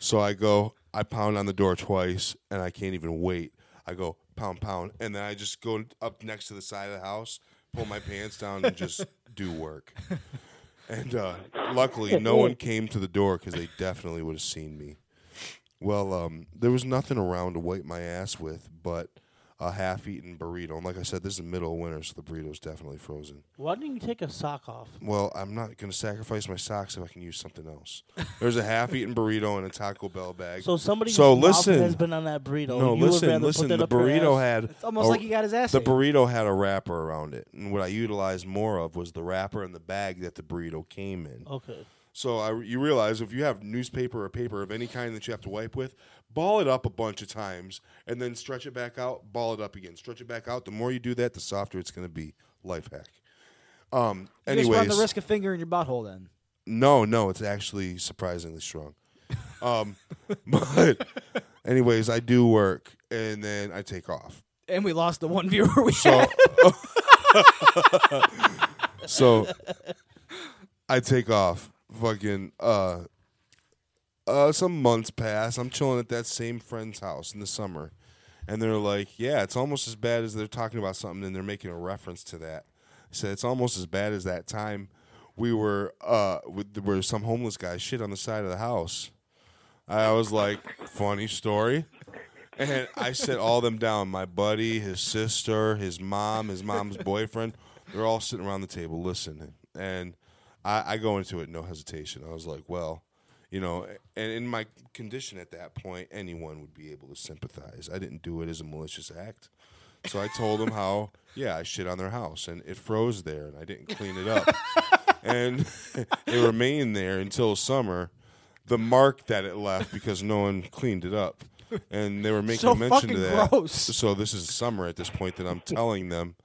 S1: So I go, I pound on the door twice, and I can't even wait. I go pound, pound, and then I just go up next to the side of the house, pull my pants down, and just do work. And uh, luckily, no one came to the door because they definitely would have seen me. Well, um, there was nothing around to wipe my ass with, but a half-eaten burrito. And like I said, this is the middle of winter, so the burrito's definitely frozen.
S5: Why didn't you take a sock off?
S1: Well, I'm not going to sacrifice my socks if I can use something else. There's a half-eaten burrito in a Taco Bell bag.
S5: So somebody
S1: So listen.
S5: has been on that burrito.
S3: Oh,
S1: No,
S5: you would rather
S1: listen,
S5: put
S1: listen.
S5: that
S1: The
S5: up your
S1: burrito
S5: ass.
S1: had
S3: it's almost
S1: a-
S3: like he got his ass.
S1: the
S3: ate.
S1: burrito had a wrapper around it, and what I utilized more of was the wrapper and the bag that the burrito came in.
S3: Oh.
S5: Okay.
S1: So I, you realize if you have newspaper or paper of any kind that you have to wipe with, ball it up a bunch of times and then stretch it back out, ball it up again, stretch it back out. The more you do that, the softer it's going to be. Life hack. Um.
S3: You just
S1: anyways,
S3: run the risk of finger in your butthole. Then
S1: no, no, it's actually surprisingly strong. Um, but anyways, I do work and then I take off.
S3: and we lost the one viewer we
S1: So,
S3: had.
S1: so I take off. Fucking uh, uh, some months pass. I'm chilling at that same friend's house in the summer, and they're like, "Yeah, it's almost as bad as they're talking about something, and they're making a reference to that." He said it's almost as bad as that time we were uh with, there were some homeless guy shit on the side of the house. I was like, funny story. And I set all them down. My buddy, his sister, his mom, his mom's boyfriend. They're all sitting around the table listening. And I, I go into it no hesitation. I was like, well, you know, and in my condition at that point, anyone would be able to sympathize. I didn't do it as a malicious act. So I told them how, yeah, I shit on their house and it froze there and I didn't clean it up. and it remained there until summer. The mark that it left because no one cleaned it up. And they were making
S3: So
S1: mention to
S3: fucking
S1: that.
S3: gross.
S1: So this is summer at this point that I'm telling them.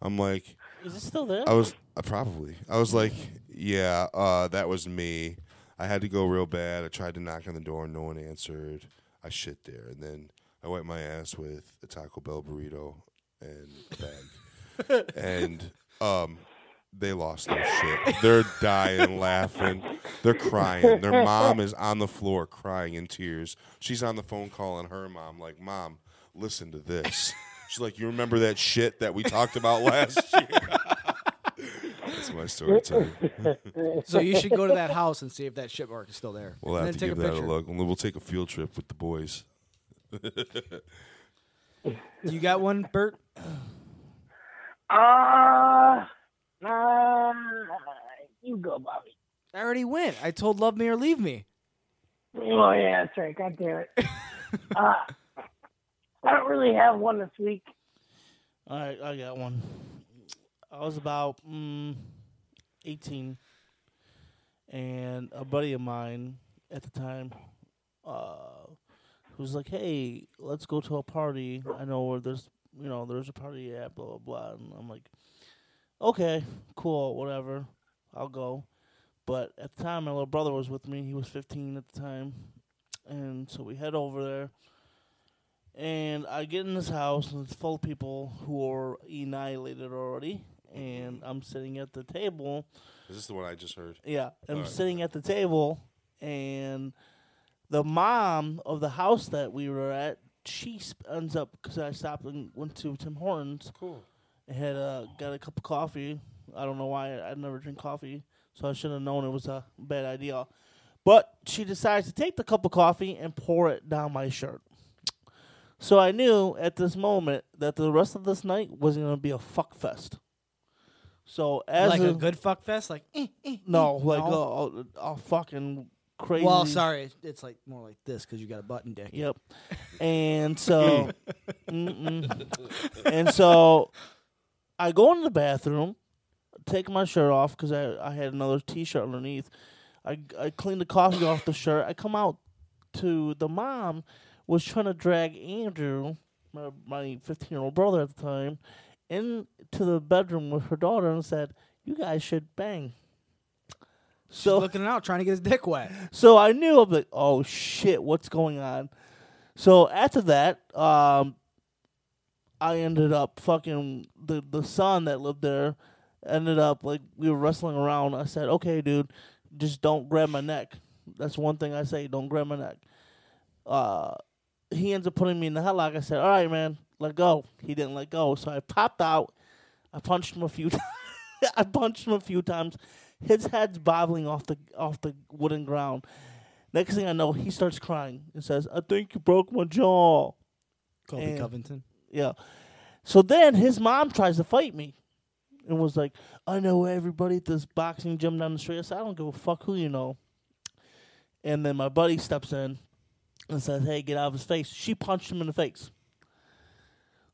S1: I'm like,
S5: Is it still there?
S1: I was uh, probably. I was like, yeah, uh, that was me. I had to go real bad. I tried to knock on the door, no one answered. I shit there, and then I wiped my ass with a Taco Bell burrito and a bag, and um, they lost their shit. They're dying, laughing. They're crying. Their mom is on the floor crying in tears. She's on the phone calling her mom, like, "Mom, listen to this." She's like, "You remember that shit that we talked about last year?" That's my story too.
S3: So you should go to that house and see if that shit mark is still there.
S1: We'll
S3: and
S1: have to
S3: then take
S1: give
S3: a
S1: that
S3: picture.
S1: a look, and we'll take a field trip with the boys.
S3: You got one, Bert?
S4: Uh, uh, you go, Bobby.
S3: I already went. I told love me or leave me.
S4: Oh yeah, that's right. God damn it. uh, I don't really have one this week.
S5: All right, I got one. I was about mm, 18, and a buddy of mine at the time uh, who's like, "Hey, let's go to a party. I know where there's, you know, there's a party at blah blah blah." And I'm like, "Okay, cool, whatever. I'll go." But at the time, my little brother was with me. He was 15 at the time, and so we head over there. And I get in this house, and it's full of people who are annihilated already. And I'm sitting at the table.
S1: Is this the one I just heard?
S5: Yeah, I'm
S1: Alright.
S5: sitting at the table, and the mom of the house that we were at, she sp- ends up because I stopped and went to Tim Hortons.
S1: Cool.
S5: and had uh, got a cup of coffee. I don't know why I never drink coffee, so I should have known it was a bad idea. But she decides to take the cup of coffee and pour it down my shirt. So I knew at this moment that the rest of this night was going to be a fuck fest. So as
S3: like a
S5: of-
S3: good fuck fest? Like, eh, eh,
S5: no,
S3: eh,
S5: like
S3: no.
S5: all all fucking crazy.
S3: Well, sorry. it- It's like more like this because you got a button dick.
S5: Yep. And so, mm-mm. and so, I go into the bathroom, take my shirt off because I, I had another t-shirt underneath. I I clean the coffee off the shirt. I come out to the mom was trying to drag Andrew, my my fifteen year old brother at the time, into the bedroom with her daughter and said, "You guys should bang."
S3: He's
S5: So
S3: looking out, trying to get his dick wet.
S5: so I knew I'm like, oh shit, what's going on? So after that, um, I ended up fucking the the son that lived there. Ended up like we were wrestling around. I said, okay, dude, just don't grab my neck. That's one thing I say. Don't grab my neck. Uh, he ends up putting me in the headlock. I said, all right, man, let go. He didn't let go, so I popped out. I punched him a few times. I punched him a few times. His head's bobbling off the off the wooden ground. Next thing I know, he starts crying and says, "I think you broke my jaw."
S3: Colby
S5: And-
S3: Covington.
S5: Yeah. So then his mom tries to fight me and was like, I know everybody at this boxing gym down the street. I said, I don't give a fuck who you know. And then my buddy steps in and says, Hey, get out of his face. She punched him in the face.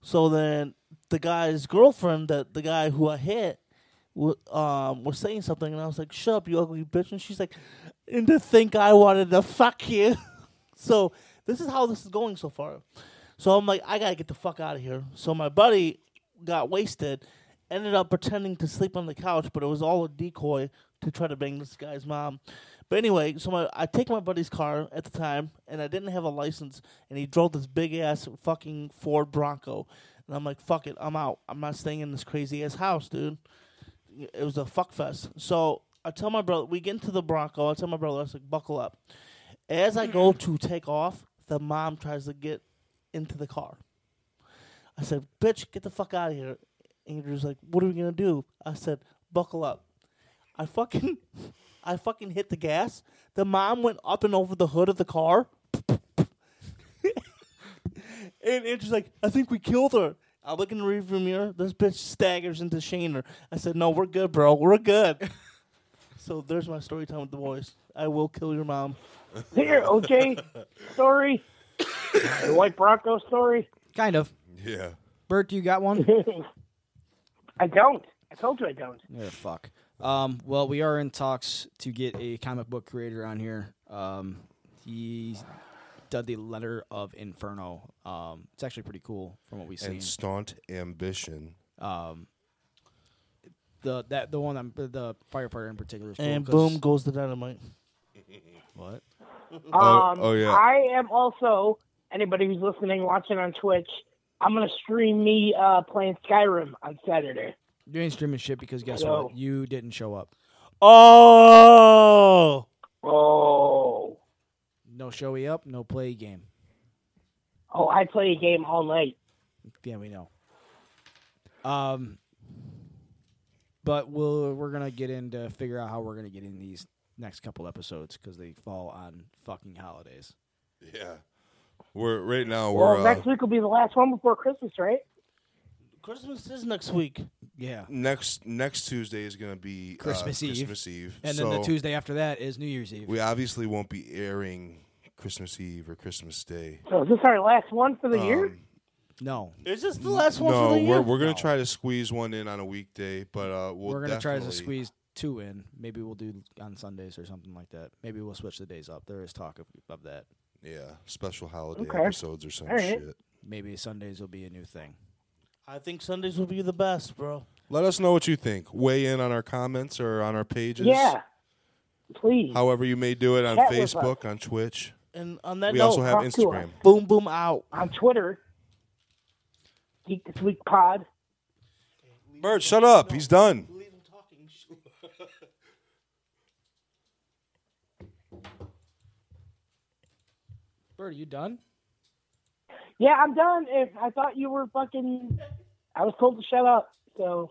S5: So then the guy's girlfriend, that the guy who I hit, wa- um, was saying something, and I was like, "Shut up, you ugly bitch!" And she's like, "And to think I wanted to fuck you." so this is how this is going so far. So I'm like, I gotta get the fuck out of here. So my buddy got wasted, ended up pretending to sleep on the couch, but it was all a decoy to try to bang this guy's mom. But anyway, so my, I take my buddy's car at the time, and I didn't have a license, and he drove this big ass fucking Ford Bronco. And I'm like, fuck it, I'm out. I'm not staying in this crazy ass house, dude it was a fuck fest. So I tell my brother, we get into the Bronco. I tell my brother, I was like, buckle up. As I go to take off, the mom tries to get into the car. I said, bitch, get the fuck out of here. Andrew's like, "What are we gonna do?" I said, "Buckle up." I fucking, I fucking hit the gas. The mom went up and over the hood of the car, and Andrew's like, "I think we killed her." I look in the rearview mirror. This bitch staggers into Shaner. I said, "No, we're good, bro. We're good." so there's my story time with the boys. I will kill your mom.
S4: Here, OJ story, the White Bronco story.
S3: Kind of.
S1: Yeah.
S3: Bert, you got one?
S4: I don't. I told you I don't.
S3: Yeah, fuck. Um, well, we are in talks to get a comic book creator on here. Um, he did the letter of Inferno. Um, it's actually pretty cool from what we've seen.
S1: And Staunt Ambition.
S3: the that the one I'm, the firefighter in particular. Is cool
S5: And
S3: 'cause-
S5: boom goes the dynamite.
S3: What?
S4: Um,
S1: oh, yeah.
S4: I am also anybody who's listening, watching on Twitch. I'm gonna stream me uh, playing Skyrim on Saturday.
S3: You ain't streaming shit because guess
S4: No.
S3: what? You didn't show up.
S5: Oh,
S4: Oh,
S3: No showy up, no play game.
S4: oh, I play a game all night.
S3: Yeah, we know. Um, but we'll we're gonna get into figure out how we're gonna get in these next couple episodes because they fall on fucking holidays.
S1: Yeah. We're right now
S4: Well,
S1: we're uh,
S4: next week will be the last one before Christmas, right?
S5: Christmas is next week.
S3: Yeah,
S1: next next Tuesday is gonna be uh,
S3: Christmas Eve.
S1: Christmas Eve.
S3: and then the
S1: So
S3: Tuesday after that is New Year's Eve.
S1: We obviously won't be airing Christmas Eve or Christmas Day.
S4: So is this our last one for the year?
S1: Um,
S3: no,
S5: Is this the last one
S1: no,
S5: for the year?
S1: we're we're gonna
S3: No.
S1: try to squeeze one in on a weekday, but uh, we'll
S3: we're gonna try to
S1: definitely-
S3: squeeze two in. Maybe we'll do on Sundays or something like that. Maybe we'll switch the days up. There is talk of, of that.
S1: Yeah, special holiday
S4: Okay.
S1: episodes or some
S4: All right.
S1: shit.
S3: Maybe Sundays will be a new thing.
S5: I think Sundays will be the best, bro.
S1: Let us know what you think. Weigh in on our comments or on our pages.
S4: yeah, please.
S1: However you may do it on
S4: Chat with us.
S1: Facebook, on Twitch.
S5: And on that
S1: We
S5: note,
S1: also have
S4: talk to
S1: Instagram.
S4: us.
S5: boom boom out.
S4: on Twitter, Geek This Week Pod.
S1: Bert, shut up. He's done.
S5: Leave him talking.
S3: Bert, are you done?
S4: Yeah, I'm done. If I thought you were fucking, I was told to shut up. So